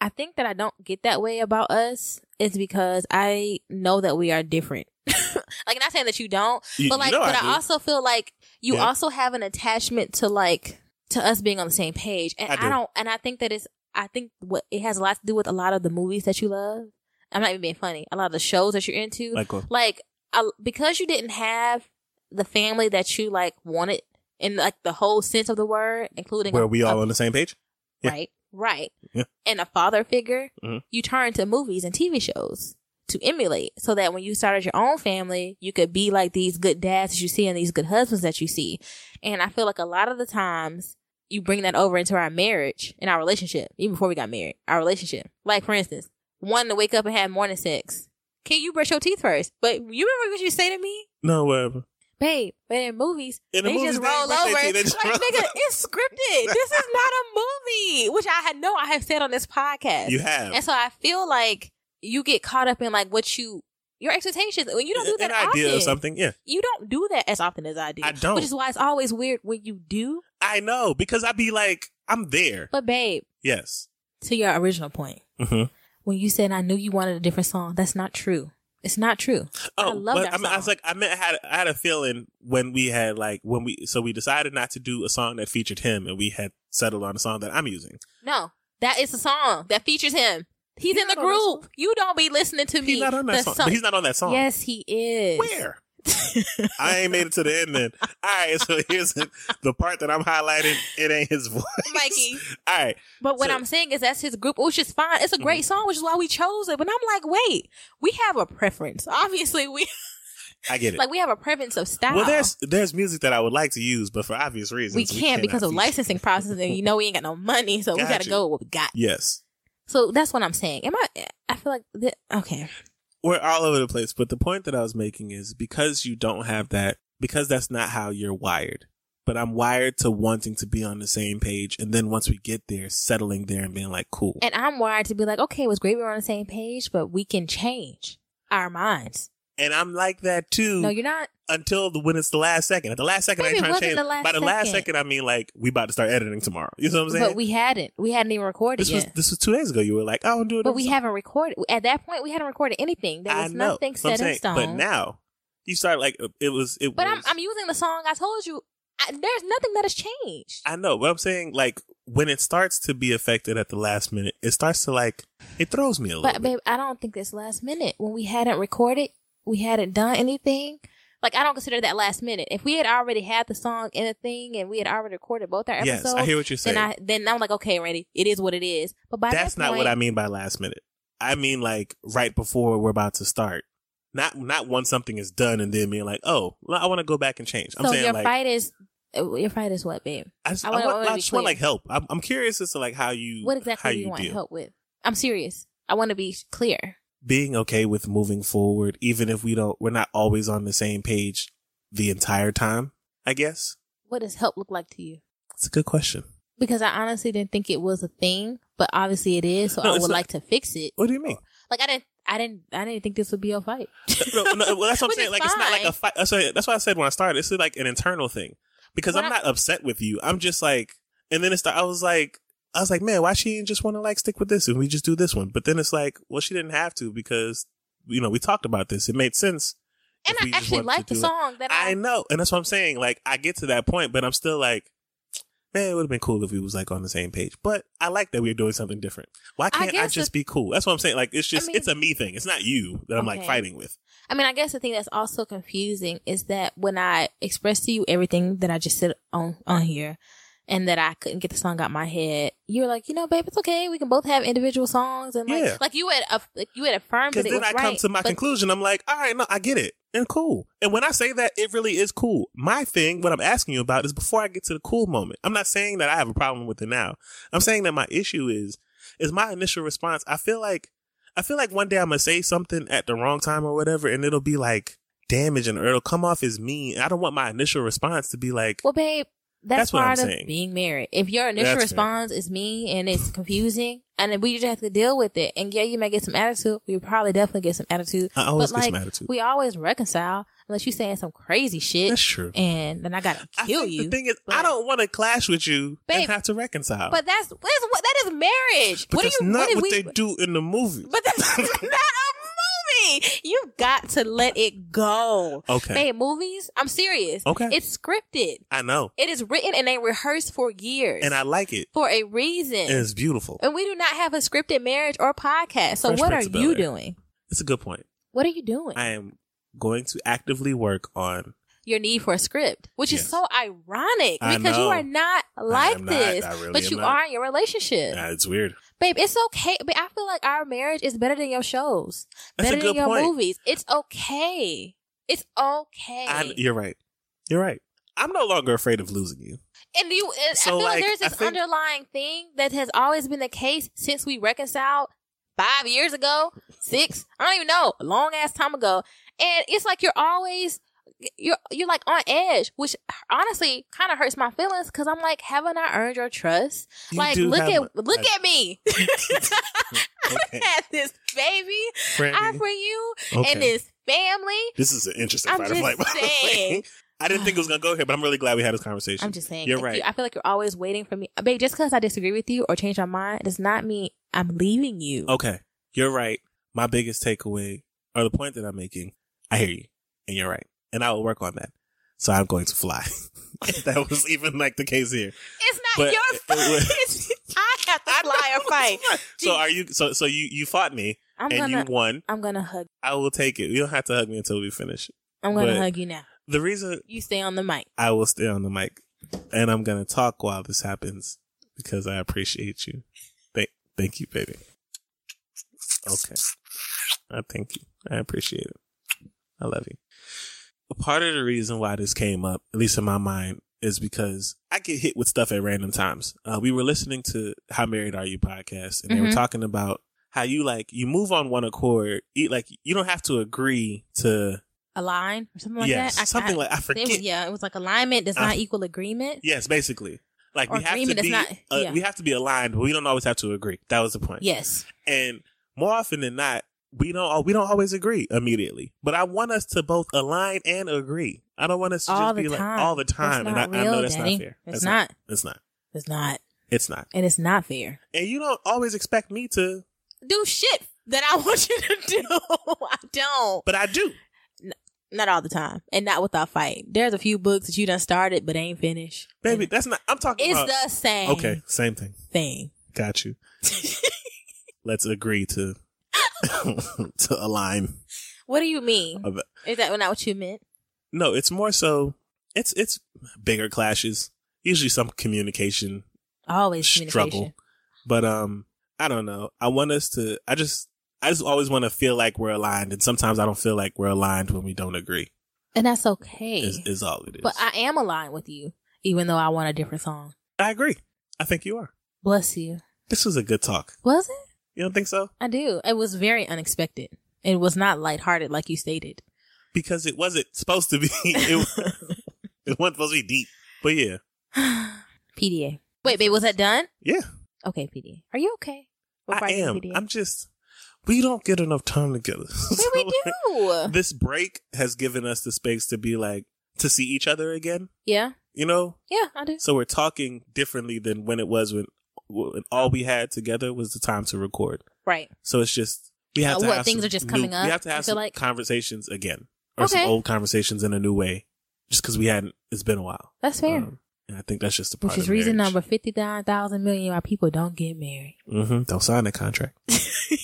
Speaker 2: I think that I don't get that way about us is because I know that we are different. like, not saying that you don't,
Speaker 1: You-
Speaker 2: but like,
Speaker 1: you know
Speaker 2: but
Speaker 1: I
Speaker 2: I,
Speaker 1: do.
Speaker 2: also feel like you
Speaker 1: Yeah.
Speaker 2: also have an attachment to like to us being on the same page, and
Speaker 1: I
Speaker 2: I,
Speaker 1: do.
Speaker 2: don't, and I think that it's, I think what it has a lot to do with a lot of the movies that you love. I'm not even being funny. A lot of the shows that you're into,
Speaker 1: Like uh, what?
Speaker 2: like I, because you didn't have the family that you like wanted in like the whole sense of the word, including
Speaker 1: Where
Speaker 2: a-
Speaker 1: we all
Speaker 2: a-
Speaker 1: on the same page? yeah.
Speaker 2: right, right,
Speaker 1: Yeah.
Speaker 2: and a father figure,
Speaker 1: Mhm.
Speaker 2: you turn to movies and TV shows to emulate, so that when you started your own family, you could be like these good dads that you see and these good husbands that you see. And I feel like a lot of the times you bring that over into our marriage and our relationship, even before we got married, our relationship. Like for instance, wanting to wake up and have morning sex. Can you brush your teeth first? But you remember what you say to me?
Speaker 1: No, whatever.
Speaker 2: Babe, but in movies,
Speaker 1: In the
Speaker 2: they
Speaker 1: movies,
Speaker 2: just
Speaker 1: they
Speaker 2: roll
Speaker 1: brush their
Speaker 2: over.
Speaker 1: teeth, they just
Speaker 2: like,
Speaker 1: roll
Speaker 2: nigga,
Speaker 1: over.
Speaker 2: it's scripted. This is not a movie, which I had know I have said on this podcast.
Speaker 1: You have.
Speaker 2: And so I feel like you get caught up in like what you your expectations. When you don't do that
Speaker 1: An idea
Speaker 2: often,
Speaker 1: or something. Yeah.
Speaker 2: You don't do that as often as I do.
Speaker 1: I don't.
Speaker 2: Which is why it's always weird when you do.
Speaker 1: I know because I'd be like, I'm there.
Speaker 2: But babe,
Speaker 1: yes.
Speaker 2: to your original point,
Speaker 1: Mm-hmm.
Speaker 2: when you said I knew you wanted a different song, that's not true. It's not true. I
Speaker 1: Oh,
Speaker 2: love
Speaker 1: but
Speaker 2: that
Speaker 1: I, mean, I
Speaker 2: song.
Speaker 1: was like, I meant I had I had a feeling when we had like when we so we decided not to do a song that featured him, and we had settled on a song that I'm using.
Speaker 2: No, that is a song that features him. He's in the group. You don't be listening to me.
Speaker 1: He's not on that
Speaker 2: The
Speaker 1: song.
Speaker 2: song-
Speaker 1: But he's not on that song.
Speaker 2: Yes, he is.
Speaker 1: Where? I ain't made it to the end then. All right, so here's the, the part that I'm highlighting. It ain't his voice.
Speaker 2: Mikey.
Speaker 1: All right.
Speaker 2: But what
Speaker 1: So- Mm-hmm.
Speaker 2: I'm saying is that's his group, which is fine. It's a great song, which is why we chose it. But I'm like, wait, we have a preference. Obviously, we
Speaker 1: I get it.
Speaker 2: like we have a preference of style.
Speaker 1: well, there's there's music that I would like to use, but for obvious reasons,
Speaker 2: we can't
Speaker 1: cannot
Speaker 2: because of
Speaker 1: feature.
Speaker 2: licensing processes, and you know we ain't got no money, so we
Speaker 1: Got
Speaker 2: got to
Speaker 1: you.
Speaker 2: go with what we got.
Speaker 1: Yes,
Speaker 2: So that's what I'm saying. Am I? I feel like that, okay.
Speaker 1: we're all over the place. But the point that I was making is because you don't have that, because that's not how you're wired. But I'm wired to wanting to be on the same page, and then once we get there, settling there and being like, cool.
Speaker 2: And I'm wired to be like, okay, it was great we were on the same page, but we can change our minds.
Speaker 1: And I'm like that too.
Speaker 2: No, you're not.
Speaker 1: until the, when it's the last second. At the last second,
Speaker 2: Baby,
Speaker 1: I ain't trying to
Speaker 2: wasn't
Speaker 1: change.
Speaker 2: the last
Speaker 1: By the last
Speaker 2: second.
Speaker 1: second, I mean like we about to start editing tomorrow. You know what I'm saying?
Speaker 2: But we hadn't. We hadn't even recorded
Speaker 1: this
Speaker 2: yet.
Speaker 1: was this was two days ago. You were like, I don't do it.
Speaker 2: But we haven't recorded at that point. We hadn't recorded anything. There
Speaker 1: I
Speaker 2: was
Speaker 1: know.
Speaker 2: nothing
Speaker 1: So I'm
Speaker 2: set in
Speaker 1: saying,
Speaker 2: stone.
Speaker 1: But now you start like it was. It
Speaker 2: But
Speaker 1: was,
Speaker 2: I'm I'm using the song I told you. I, there's nothing that has changed.
Speaker 1: I know, but I'm saying like when it starts to be affected at the last minute, it starts to like it throws me a little.
Speaker 2: but
Speaker 1: bit.
Speaker 2: babe, I don't think this last minute when we hadn't recorded, we hadn't done anything. Like I don't consider that last minute. If we had already had the song in a thing and we had already recorded both our
Speaker 1: Yes,
Speaker 2: episodes,
Speaker 1: I hear what you're saying.
Speaker 2: Then I then I'm like, okay, Randy, it is what it is. But by
Speaker 1: That's
Speaker 2: that
Speaker 1: not
Speaker 2: point-
Speaker 1: what I mean by last minute. I mean like right before we're about to start. Not not once something is done and then being like, oh, well, I want to go back and change. I'm
Speaker 2: so
Speaker 1: saying
Speaker 2: your
Speaker 1: like
Speaker 2: fight is your fight is what, babe?
Speaker 1: I just, I
Speaker 2: I wanna-
Speaker 1: want,
Speaker 2: I wanna
Speaker 1: I
Speaker 2: be
Speaker 1: just want
Speaker 2: clear.
Speaker 1: like help. I'm, I'm curious as to like how you
Speaker 2: What
Speaker 1: how
Speaker 2: exactly do you want
Speaker 1: deal.
Speaker 2: help with? I'm serious. I want to be clear.
Speaker 1: Being okay with moving forward, even if we don't, we're not always on the same page the entire time. I guess
Speaker 2: What does help look like to you?
Speaker 1: it's a good question.
Speaker 2: because I honestly didn't think it was a thing, but obviously it is. So
Speaker 1: No,
Speaker 2: I
Speaker 1: it's
Speaker 2: would
Speaker 1: not-
Speaker 2: like to fix it.
Speaker 1: What do you mean?
Speaker 2: Like I didn't, I didn't, I didn't think this would be a fight.
Speaker 1: no, no, well, that's what I'm
Speaker 2: Which
Speaker 1: saying.
Speaker 2: is
Speaker 1: Like it's not like
Speaker 2: fine.
Speaker 1: a fight. That's why- that's why I said when I started, it's like an internal thing because
Speaker 2: When
Speaker 1: I'm
Speaker 2: I-
Speaker 1: not upset with you. I'm just like, and then it's I was like. I was like, man, why she didn't just want to like stick with this and we just do this one? But then it's like, well, she didn't have to because, you know, we talked about this. It made sense.
Speaker 2: And
Speaker 1: if we
Speaker 2: I
Speaker 1: just
Speaker 2: actually
Speaker 1: wanted to
Speaker 2: like the
Speaker 1: do it.
Speaker 2: song that I,
Speaker 1: I know, and that's what I'm saying. Like, I get to that point, but I'm still like, man, it would have been cool if we was like on the same page. But I like that we are doing something different. Why
Speaker 2: I
Speaker 1: can't I,
Speaker 2: guess
Speaker 1: just
Speaker 2: if-
Speaker 1: be cool? That's what I'm saying. Like, it's just
Speaker 2: mean-
Speaker 1: it's a me thing. It's not you that I'm like
Speaker 2: Okay.
Speaker 1: fighting with.
Speaker 2: I mean, I guess the thing that's also confusing is that when I express to you everything that I just said on on here, and that I couldn't get the song out my head, you're like, you know, babe, it's okay. We can both have individual songs, and like,
Speaker 1: Yeah.
Speaker 2: like you had, aff- like you had affirmed
Speaker 1: Because
Speaker 2: that it
Speaker 1: then
Speaker 2: was
Speaker 1: I come
Speaker 2: right,
Speaker 1: to my
Speaker 2: but
Speaker 1: conclusion. I'm like, all right, no, I get it, and cool. And when I say that, it really is cool. My thing, what I'm asking you about, is before I get to the cool moment. I'm not saying that I have a problem with it now. I'm saying that my issue is is my initial response. I feel like I feel like one day I'm gonna say something at the wrong time or whatever, and it'll be like damaging or it'll come off as mean. I don't want my initial response to be like,
Speaker 2: Well, babe, that's,
Speaker 1: That's what I'm
Speaker 2: part of
Speaker 1: saying.
Speaker 2: being married. If your initial
Speaker 1: That's fair.
Speaker 2: response is me and it's confusing, and then we just have to deal with it. And yeah, you may get some attitude. We probably definitely get some attitude.
Speaker 1: I always
Speaker 2: but
Speaker 1: get
Speaker 2: like,
Speaker 1: some attitude.
Speaker 2: We always reconcile unless you're saying some crazy shit.
Speaker 1: That's true.
Speaker 2: And then I gotta
Speaker 1: I
Speaker 2: kill
Speaker 1: think
Speaker 2: you.
Speaker 1: The thing is,
Speaker 2: But-
Speaker 1: I don't want to clash with you
Speaker 2: Babe,
Speaker 1: and have to reconcile.
Speaker 2: But that's that's what that is marriage.
Speaker 1: but
Speaker 2: what are
Speaker 1: that's
Speaker 2: you?
Speaker 1: not
Speaker 2: what
Speaker 1: what,
Speaker 2: did we,
Speaker 1: they do in the movie.
Speaker 2: But that's not a movie. You've got to let it go.
Speaker 1: Okay.
Speaker 2: Babe, movies. I'm serious.
Speaker 1: Okay.
Speaker 2: It's scripted.
Speaker 1: I know,
Speaker 2: It is written and they rehearse for years.
Speaker 1: and I like it.
Speaker 2: for a reason.
Speaker 1: And it's beautiful.
Speaker 2: And we do not have a scripted marriage or podcast. So
Speaker 1: Fresh
Speaker 2: what are
Speaker 1: Prince of
Speaker 2: you
Speaker 1: Bel-Air.
Speaker 2: doing?
Speaker 1: It's a good point.
Speaker 2: What are you doing?
Speaker 1: I am going to actively work on.
Speaker 2: Your need for a script, which is
Speaker 1: Yes.
Speaker 2: so ironic
Speaker 1: I
Speaker 2: because you
Speaker 1: know.
Speaker 2: are not like
Speaker 1: am not.
Speaker 2: this,
Speaker 1: I really
Speaker 2: but
Speaker 1: am
Speaker 2: you
Speaker 1: not.
Speaker 2: are in your relationship.
Speaker 1: Ah, it's weird.
Speaker 2: Babe, it's okay. But I feel like our marriage is better than your shows,
Speaker 1: That's a
Speaker 2: better than
Speaker 1: good
Speaker 2: your
Speaker 1: point.
Speaker 2: movies. It's okay. It's okay.
Speaker 1: I, you're right. You're right. I'm no longer afraid of losing you.
Speaker 2: and you, and
Speaker 1: So,
Speaker 2: I feel like,
Speaker 1: like,
Speaker 2: there's
Speaker 1: I
Speaker 2: this
Speaker 1: think-
Speaker 2: underlying thing that has always been the case since we reconciled five years ago, six, I don't even know, a long ass time ago. And it's like you're always. You're you're like on edge, which honestly kind of hurts my feelings because I'm like, haven't I earned your trust?
Speaker 1: You
Speaker 2: like,
Speaker 1: do
Speaker 2: look
Speaker 1: have
Speaker 2: at
Speaker 1: my-
Speaker 2: look
Speaker 1: I-
Speaker 2: at me. I
Speaker 1: Okay.
Speaker 2: had this baby
Speaker 1: Brandy,
Speaker 2: I for you
Speaker 1: okay.
Speaker 2: and this family.
Speaker 1: This is an interesting
Speaker 2: I'm
Speaker 1: fight.
Speaker 2: just
Speaker 1: I'm like, by the
Speaker 2: saying.
Speaker 1: way. I didn't think it was gonna go here, but I'm really glad we had this conversation.
Speaker 2: I'm just saying.
Speaker 1: You're
Speaker 2: if
Speaker 1: right.
Speaker 2: you- I feel like you're always waiting for me, babe. Just because I disagree with you or change my mind does not mean I'm leaving you.
Speaker 1: okay, you're right. My biggest takeaway, or the point that I'm making, I hear you, and you're right, and I will work on that. So I'm going to fly. If that was even like the case here.
Speaker 2: It's not
Speaker 1: But
Speaker 2: your
Speaker 1: it-
Speaker 2: fault.
Speaker 1: it was-
Speaker 2: It's- I have to fly or fight.
Speaker 1: So are you? So so you you fought me
Speaker 2: I'm
Speaker 1: and
Speaker 2: gonna.
Speaker 1: you won.
Speaker 2: I'm gonna hug.
Speaker 1: I will take it. You don't have to hug me until we finish.
Speaker 2: I'm gonna
Speaker 1: But-
Speaker 2: hug you now.
Speaker 1: The reason
Speaker 2: You stay on the mic.
Speaker 1: I will stay on the mic and I'm gonna talk while this happens because I appreciate you. Thank thank you, baby. Okay. I thank you. I appreciate it. I love you. Part of the reason why this came up, at least in my mind, is because I get hit with stuff at random times. Uh, we were listening to How Married Are You podcast and they were
Speaker 2: Mhm.
Speaker 1: talking about how you like, you move on one accord. You, like, you don't have to agree to,
Speaker 2: A line or something like
Speaker 1: yes,
Speaker 2: that. I-
Speaker 1: something
Speaker 2: I-
Speaker 1: like, I
Speaker 2: it was-
Speaker 1: forget.
Speaker 2: yeah, it was like alignment does
Speaker 1: Uh,
Speaker 2: not equal agreement.
Speaker 1: Yes, basically. Like
Speaker 2: Or
Speaker 1: we have
Speaker 2: agreement
Speaker 1: to
Speaker 2: is
Speaker 1: be,
Speaker 2: not-
Speaker 1: uh,
Speaker 2: yeah.
Speaker 1: we have to be aligned, but we don't always have to agree. That was the point.
Speaker 2: Yes.
Speaker 1: And more often than not, we don't al- we don't always agree immediately. But I want us to both align and agree. I don't want us to
Speaker 2: All
Speaker 1: just
Speaker 2: the
Speaker 1: be like
Speaker 2: time.
Speaker 1: all the
Speaker 2: That's
Speaker 1: time.
Speaker 2: not
Speaker 1: and I, I
Speaker 2: real,
Speaker 1: know that's
Speaker 2: Daddy.
Speaker 1: not fair.
Speaker 2: It's
Speaker 1: That's
Speaker 2: not.
Speaker 1: It's not.
Speaker 2: It's not,
Speaker 1: It's not.
Speaker 2: and it's not fair.
Speaker 1: And you don't always expect me to,
Speaker 2: Do shit that I want you to do. I don't.
Speaker 1: but I do.
Speaker 2: Not all the time, and not without fight. There's a few books that you done started but ain't finished.
Speaker 1: Baby, that's not I'm talking
Speaker 2: It's
Speaker 1: about
Speaker 2: the same
Speaker 1: Okay, same thing.
Speaker 2: thing.
Speaker 1: Got you. Let's agree to to align.
Speaker 2: What do you mean?
Speaker 1: Of-
Speaker 2: Is that not what you meant?
Speaker 1: No, it's more so it's it's bigger clashes. Usually some communication
Speaker 2: Always
Speaker 1: struggle.
Speaker 2: communication.
Speaker 1: But um I don't know. I want us to I just I just always want to feel like we're aligned and sometimes I don't feel like we're aligned when we don't agree.
Speaker 2: And that's okay.
Speaker 1: Is is all it is.
Speaker 2: but I am aligned with you, even though I want a different song.
Speaker 1: I agree. I think you are.
Speaker 2: Bless you.
Speaker 1: This was a good talk.
Speaker 2: Was it?
Speaker 1: You don't think so?
Speaker 2: I do. It was very unexpected. It was not lighthearted like you stated.
Speaker 1: Because it wasn't supposed to be it, it wasn't supposed to be deep. But yeah.
Speaker 2: PDA. Wait, babe, was that done?
Speaker 1: Yeah.
Speaker 2: Okay, PDA. Are you okay? Before
Speaker 1: I
Speaker 2: do
Speaker 1: am.
Speaker 2: PDA.
Speaker 1: I'm just we don't get enough time together.
Speaker 2: Wait, we do.
Speaker 1: this break has given us the space to be like to see each other again
Speaker 2: yeah.
Speaker 1: you know
Speaker 2: Yeah, I do.
Speaker 1: so we're talking differently than when it was when, when all we had together was the time to record
Speaker 2: Right.
Speaker 1: so it's just we have
Speaker 2: Uh,
Speaker 1: to
Speaker 2: what,
Speaker 1: have
Speaker 2: things
Speaker 1: some
Speaker 2: are just
Speaker 1: new-
Speaker 2: coming up,
Speaker 1: we have to
Speaker 2: you
Speaker 1: have
Speaker 2: feel
Speaker 1: some
Speaker 2: like?
Speaker 1: conversations again or
Speaker 2: Okay.
Speaker 1: some old conversations in a new way just because we hadn't it's been a while
Speaker 2: That's fair.
Speaker 1: Um, and i think that's just a part
Speaker 2: Which is
Speaker 1: of
Speaker 2: reason
Speaker 1: marriage.
Speaker 2: number 59,000 million why people don't get married.
Speaker 1: mm-hmm. don't sign a contract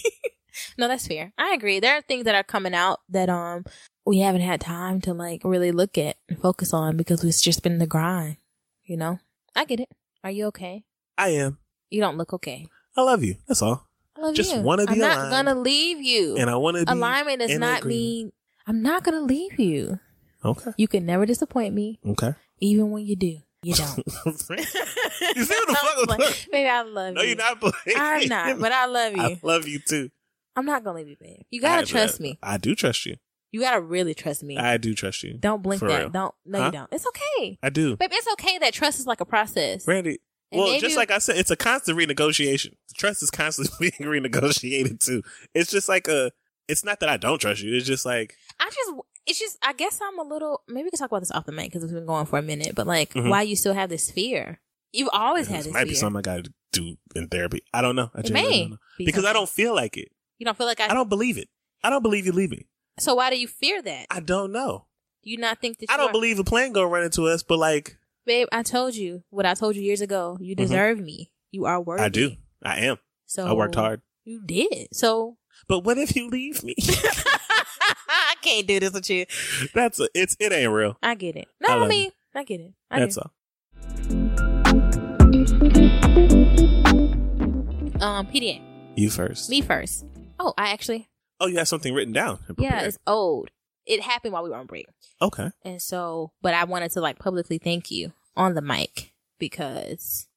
Speaker 2: No, that's fair. I agree. There are things that are coming out that um we haven't had time to like really look at and focus on because it's just been the grind. You know? I get it. Are you okay?
Speaker 1: i am
Speaker 2: You don't look okay.
Speaker 1: i love you that's all
Speaker 2: I love
Speaker 1: Just
Speaker 2: you.
Speaker 1: wanna be
Speaker 2: I'm not
Speaker 1: aligned.
Speaker 2: gonna leave you.
Speaker 1: and i want to be
Speaker 2: Alignment does
Speaker 1: in
Speaker 2: not
Speaker 1: agreement.
Speaker 2: mean I'm not gonna leave you.
Speaker 1: okay
Speaker 2: You can never disappoint me,
Speaker 1: okay
Speaker 2: even when you do. You don't.
Speaker 1: you see what the fuck was that?
Speaker 2: Baby, I love
Speaker 1: No,
Speaker 2: you.
Speaker 1: you're not playing.
Speaker 2: I'm not, but I love you.
Speaker 1: I love you too.
Speaker 2: I'm not gonna leave you, babe. You
Speaker 1: I
Speaker 2: gotta
Speaker 1: have
Speaker 2: trust
Speaker 1: that.
Speaker 2: me.
Speaker 1: I do trust you.
Speaker 2: You gotta really trust me.
Speaker 1: I do trust you.
Speaker 2: don't blink
Speaker 1: For
Speaker 2: that.
Speaker 1: real.
Speaker 2: Don't. No,
Speaker 1: Huh?
Speaker 2: you don't. It's okay.
Speaker 1: I do.
Speaker 2: Babe, it's okay that trust is like a process.
Speaker 1: Randy.
Speaker 2: And
Speaker 1: Well,
Speaker 2: maybe-
Speaker 1: just like I said, it's a constant renegotiation. The trust is constantly being renegotiated too. It's just like a. It's not that I don't trust you. It's just like
Speaker 2: I just, it's just, I guess I'm a little, maybe we can talk about this off the mic because we've been going for a minute, but like,
Speaker 1: Mhm.
Speaker 2: why you still have this fear? You've always had
Speaker 1: this
Speaker 2: this
Speaker 1: might be
Speaker 2: fear.
Speaker 1: something I got to do in therapy. I don't know. I
Speaker 2: it
Speaker 1: genuinely
Speaker 2: may.
Speaker 1: don't know. because I
Speaker 2: something.
Speaker 1: don't feel like it.
Speaker 2: You don't feel like I,
Speaker 1: I don't believe it. I don't believe you leave me.
Speaker 2: So why do you fear that?
Speaker 1: I don't know.
Speaker 2: Do you not think that
Speaker 1: I
Speaker 2: you
Speaker 1: don't
Speaker 2: are-
Speaker 1: believe the plane gonna run into us, but like
Speaker 2: Babe, I told you what I told you years ago. You deserve me. You are worthy.
Speaker 1: Mm-hmm. I do. I am.
Speaker 2: So
Speaker 1: I worked hard.
Speaker 2: You did. So
Speaker 1: But what if you leave me?
Speaker 2: I can't do this with you.
Speaker 1: That's a, it's it ain't real.
Speaker 2: I get it.
Speaker 1: I
Speaker 2: No, I,
Speaker 1: love
Speaker 2: mean, I get it. I
Speaker 1: That's
Speaker 2: get
Speaker 1: all.
Speaker 2: it. Um, PDA.
Speaker 1: You first.
Speaker 2: Me first. Oh, I actually.
Speaker 1: Oh, you have something written down. and
Speaker 2: Yeah,
Speaker 1: prepared.
Speaker 2: it's old. It happened while we were on break.
Speaker 1: okay.
Speaker 2: And so, but I wanted to like publicly thank you on the mic because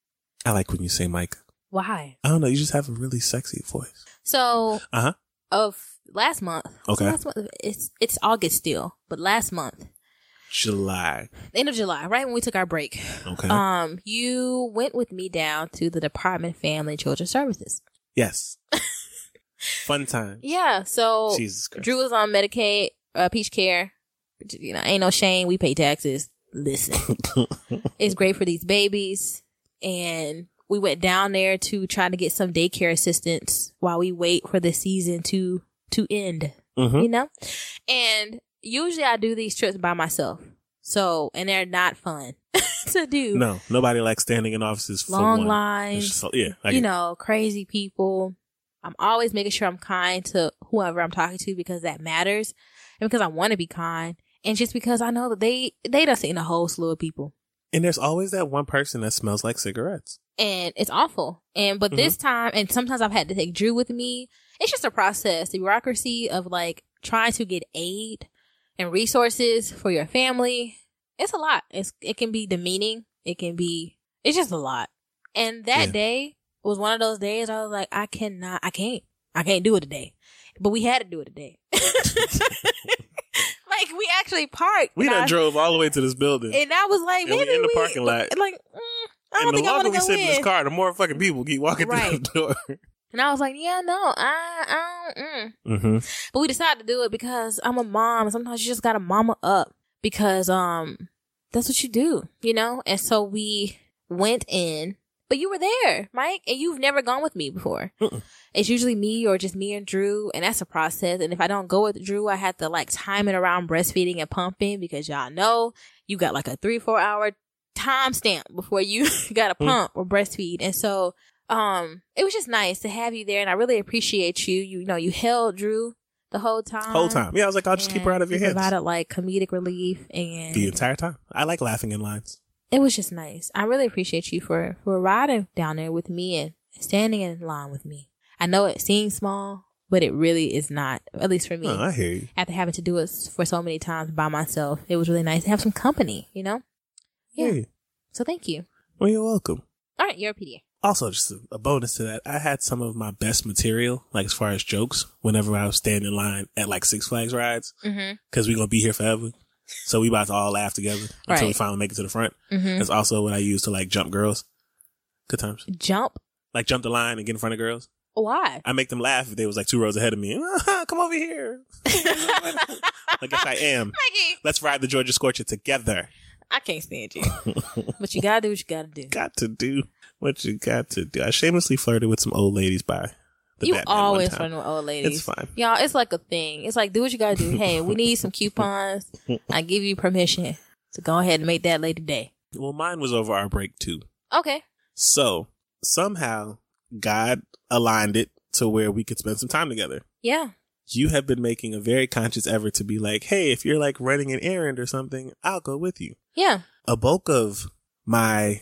Speaker 1: I like when you say Mike.
Speaker 2: why?
Speaker 1: I don't know. You just have a really sexy voice.
Speaker 2: So
Speaker 1: Uh huh.
Speaker 2: of last month. was
Speaker 1: Okay.
Speaker 2: Last month, it's it's August still, but last month,
Speaker 1: July.
Speaker 2: the end of July, right when we took our break,
Speaker 1: Okay.
Speaker 2: um, you went with me down to the Department of Family and Children Services.
Speaker 1: yes. Fun time.
Speaker 2: Yeah. So
Speaker 1: Jesus Christ.
Speaker 2: Drew was on Medicaid, uh, Peach Care. Which, You know, ain't no shame. We pay taxes. Listen. It's great for these babies. And we went down there to try to get some daycare assistance while we wait for the season to to end.
Speaker 1: Mhm.
Speaker 2: You know? And usually I do these trips by myself. So and they're not fun to do.
Speaker 1: No, nobody likes standing in offices for
Speaker 2: Long
Speaker 1: one.
Speaker 2: lines,
Speaker 1: It's just- yeah, I
Speaker 2: you
Speaker 1: get it.
Speaker 2: know, crazy people. I'm always making sure I'm kind to whoever I'm talking to because that matters and because I want to be kind and just because I know that they, they done seen a whole slew of people
Speaker 1: And there's always that one person that smells like cigarettes.
Speaker 2: and it's awful. And, but this
Speaker 1: Mm-hmm.
Speaker 2: time, and sometimes I've had to take Drew with me. It's just a process, the bureaucracy of like trying to get aid and resources for your family. It's a lot. It's, it can be demeaning. It can be, it's just a lot. And that
Speaker 1: Yeah.
Speaker 2: day was one of those days I was like, I cannot, I can't, I can't do it today. But we had to do it today. like we actually parked.
Speaker 1: We
Speaker 2: and
Speaker 1: done
Speaker 2: I-
Speaker 1: drove all the way to this building.
Speaker 2: And I was like,
Speaker 1: And we
Speaker 2: maybe
Speaker 1: in the
Speaker 2: we-
Speaker 1: parking lot.
Speaker 2: Like, mm, I don't
Speaker 1: and the
Speaker 2: think I want
Speaker 1: longer
Speaker 2: to
Speaker 1: we
Speaker 2: go
Speaker 1: sit in this
Speaker 2: in.
Speaker 1: car, the more fucking people keep walking through
Speaker 2: Right.
Speaker 1: the door.
Speaker 2: And I was like, yeah, no, I, I don't. Mm.
Speaker 1: Mm-hmm.
Speaker 2: But we decided to do it because I'm a mom, and sometimes you just gotta mama up because um that's what you do, you know. And so we went in, but you were there, Mike, and you've never gone with me before.
Speaker 1: Mm-mm.
Speaker 2: It's usually me or just me and Drew, and that's a process. And if I don't go with Drew, I have to like time it around breastfeeding and pumping because y'all know you got like a three four hour time stamp before you gotta
Speaker 1: Mm.
Speaker 2: pump or breastfeed, and so. Um, it was just nice to have you there, and I really appreciate you. You know, you held Drew the whole time.
Speaker 1: Whole time. Yeah, I was like, I'll just keep her out of your
Speaker 2: head.
Speaker 1: hands.
Speaker 2: Provided like comedic relief, and
Speaker 1: the entire time. I like laughing in lines.
Speaker 2: it was just nice. I really appreciate you for for riding down there with me and standing in line with me. I know it seems small, but it really is not. At least for me,
Speaker 1: No, Oh, I hear you.
Speaker 2: after having to do it for so many times by myself, it was really nice to have some company. You know, yeah.
Speaker 1: Hey,
Speaker 2: So thank you.
Speaker 1: well, you're welcome.
Speaker 2: All right, you're a PDA.
Speaker 1: Also, just a, a bonus to that, I had some of my best material, like as far as jokes, whenever I was standing in line at like Six Flags rides,
Speaker 2: Mm-hmm.
Speaker 1: because we're gonna be here forever. So we about to all laugh together until we
Speaker 2: Right.
Speaker 1: finally make it to the front.
Speaker 2: Mm-hmm.
Speaker 1: That's also what I use to like jump girls. Good times.
Speaker 2: Jump.
Speaker 1: Like jump the line and get in front of girls.
Speaker 2: Why?
Speaker 1: I make them laugh if they was like two rows ahead of me. Come over here. I guess I am.
Speaker 2: Maggie,
Speaker 1: Let's ride the Georgia Scorcher together.
Speaker 2: I can't stand you, but you gotta do what you gotta do.
Speaker 1: Got to do what you got to do. I shamelessly flirted with some old ladies by the
Speaker 2: you
Speaker 1: Batman one
Speaker 2: always
Speaker 1: time.
Speaker 2: running with old ladies.
Speaker 1: It's fine.
Speaker 2: Y'all, it's like a thing. It's like do what you gotta do. Hey, we need some coupons. I give you permission to go ahead and make that lady day.
Speaker 1: Well, mine was over our break too.
Speaker 2: Okay.
Speaker 1: So somehow God aligned it to where we could spend some time together.
Speaker 2: Yeah.
Speaker 1: You have been making a very conscious effort to be like, hey, if you're like running an errand or something, I'll go with you.
Speaker 2: Yeah.
Speaker 1: a bulk of my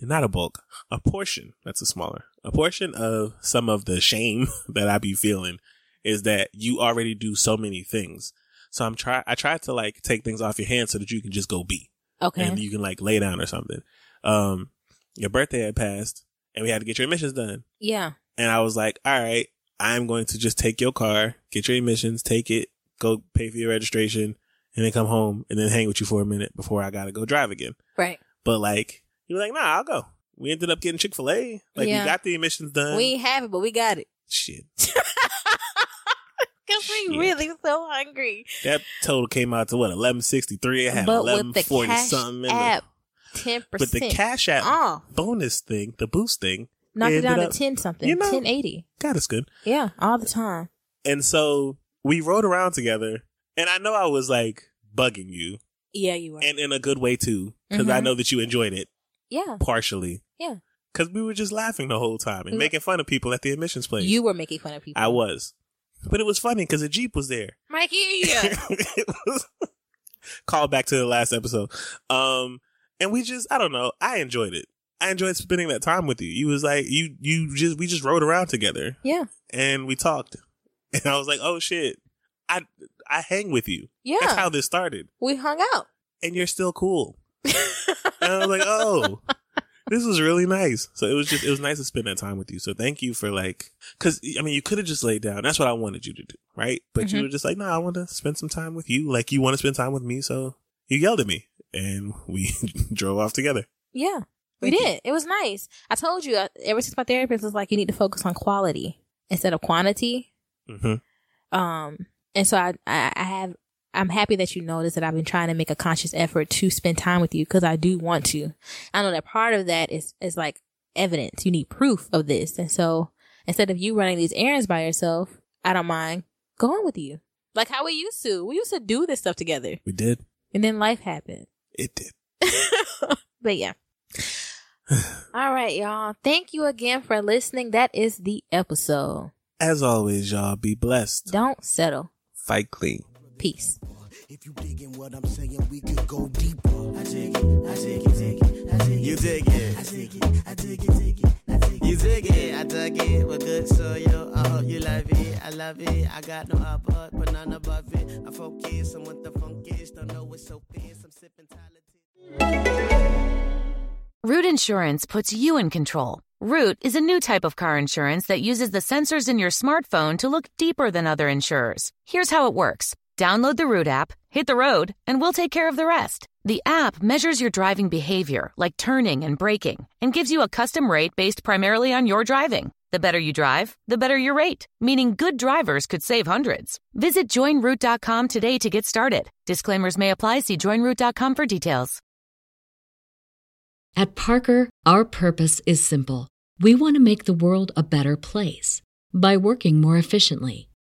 Speaker 1: not a bulk a portion that's a smaller a portion of some of the shame that i be feeling is that you already do so many things so i'm try i try to like take things off your hands so that you can just go be
Speaker 2: Okay.
Speaker 1: and you can like lay down or something um your birthday had passed and we had to get your emissions done
Speaker 2: yeah.
Speaker 1: and i was like all right i'm going to just take your car get your emissions take it go pay for your registration, and then come home and then hang with you for a minute before I gotta go drive again.
Speaker 2: Right.
Speaker 1: But like, you were like, nah, I'll go. We ended up getting Chick fil A. Like,
Speaker 2: Yeah.
Speaker 1: we got the emissions done.
Speaker 2: we ain't have it, but we got it.
Speaker 1: Shit.
Speaker 2: Cause we
Speaker 1: Shit.
Speaker 2: really so hungry.
Speaker 1: That total came out to what, 1163? I had
Speaker 2: but with the
Speaker 1: 1140
Speaker 2: cash
Speaker 1: something. in the-
Speaker 2: app, ten
Speaker 1: but
Speaker 2: percent.
Speaker 1: the Cash App
Speaker 2: off
Speaker 1: bonus thing, the boost thing,
Speaker 2: knocked it
Speaker 1: ended
Speaker 2: down
Speaker 1: up-
Speaker 2: to ten something,
Speaker 1: you know-
Speaker 2: ten eighty.
Speaker 1: God, it's good.
Speaker 2: Yeah, all the time.
Speaker 1: And so we rode around together, and I know I was like bugging you,
Speaker 2: Yeah, you were.
Speaker 1: and in a good way too, because I
Speaker 2: Mhm.
Speaker 1: know that you enjoyed it
Speaker 2: yeah,
Speaker 1: partially.
Speaker 2: Yeah.
Speaker 1: Because we were just laughing the whole time and
Speaker 2: We-
Speaker 1: making fun of people at the admissions place.
Speaker 2: you were making fun of people.
Speaker 1: I was. But it was funny because a Jeep was there.
Speaker 2: Mikey. Yeah.
Speaker 1: it was call back to the last episode. Um, and we just, I don't know, I enjoyed it. I enjoyed spending that time with you. You was like, you, you just, we just rode around together
Speaker 2: yeah,
Speaker 1: and we talked. And I was like, oh shit, I, I hang with you.
Speaker 2: yeah.
Speaker 1: That's how this started.
Speaker 2: we hung out.
Speaker 1: And you're still cool. And I was like, oh, this was really nice. So it was just, it was nice to spend that time with you. So thank you for like, cause I mean, you could have just laid down. That's what I wanted you to do, right? But you
Speaker 2: Mhm.
Speaker 1: were just like, no, I want to spend some time with you. Like you want to spend time with me. So you yelled at me and we drove off together.
Speaker 2: Yeah, we
Speaker 1: Thank you.
Speaker 2: did. It was nice. I told you. uh, Ever since my therapist was like, you need to focus on quality instead of quantity.
Speaker 1: hmm
Speaker 2: Um, and so I, I, I have. I'm happy that you noticed that I've been trying to make a conscious effort to spend time with you because I do want to. I know that part of that is is like evidence. You need proof of this, and so instead of you running these errands by yourself, I don't mind going with you. Like how we used to. We used to do this stuff together,
Speaker 1: We did.
Speaker 2: and then life happened.
Speaker 1: It did.
Speaker 2: but yeah. All right, y'all. Thank you again for listening. That is the episode.
Speaker 1: As always, y'all be blessed.
Speaker 2: Don't settle.
Speaker 1: Fight clean.
Speaker 2: Peace.
Speaker 4: If you diggin' what I'm saying, we could go deeper. I dig it, I dig it, dig it, I dig it. You dig it. I dig it, I dig it, dig it, I dig it. You dig it, I dug it with good soil. I hope you love it, I love it. I got no upper, but none above it. I focus on what the funk is, don't know what's so fierce. I'm sipping talented.
Speaker 5: Root Insurance puts you in control. Root is a new type of car insurance that uses the sensors in your smartphone to look deeper than other insurers. Here's how it works download the Root app, hit the road, and we'll take care of the rest. The app measures your driving behavior, like turning and braking, and gives you a custom rate based primarily on your driving. The better you drive, the better your rate, meaning good drivers could save hundreds. Visit joinroot.com today to get started. Disclaimers may apply. See joinroot.com for details.
Speaker 6: At Parker, our purpose is simple. We want to make the world a better place by working more efficiently,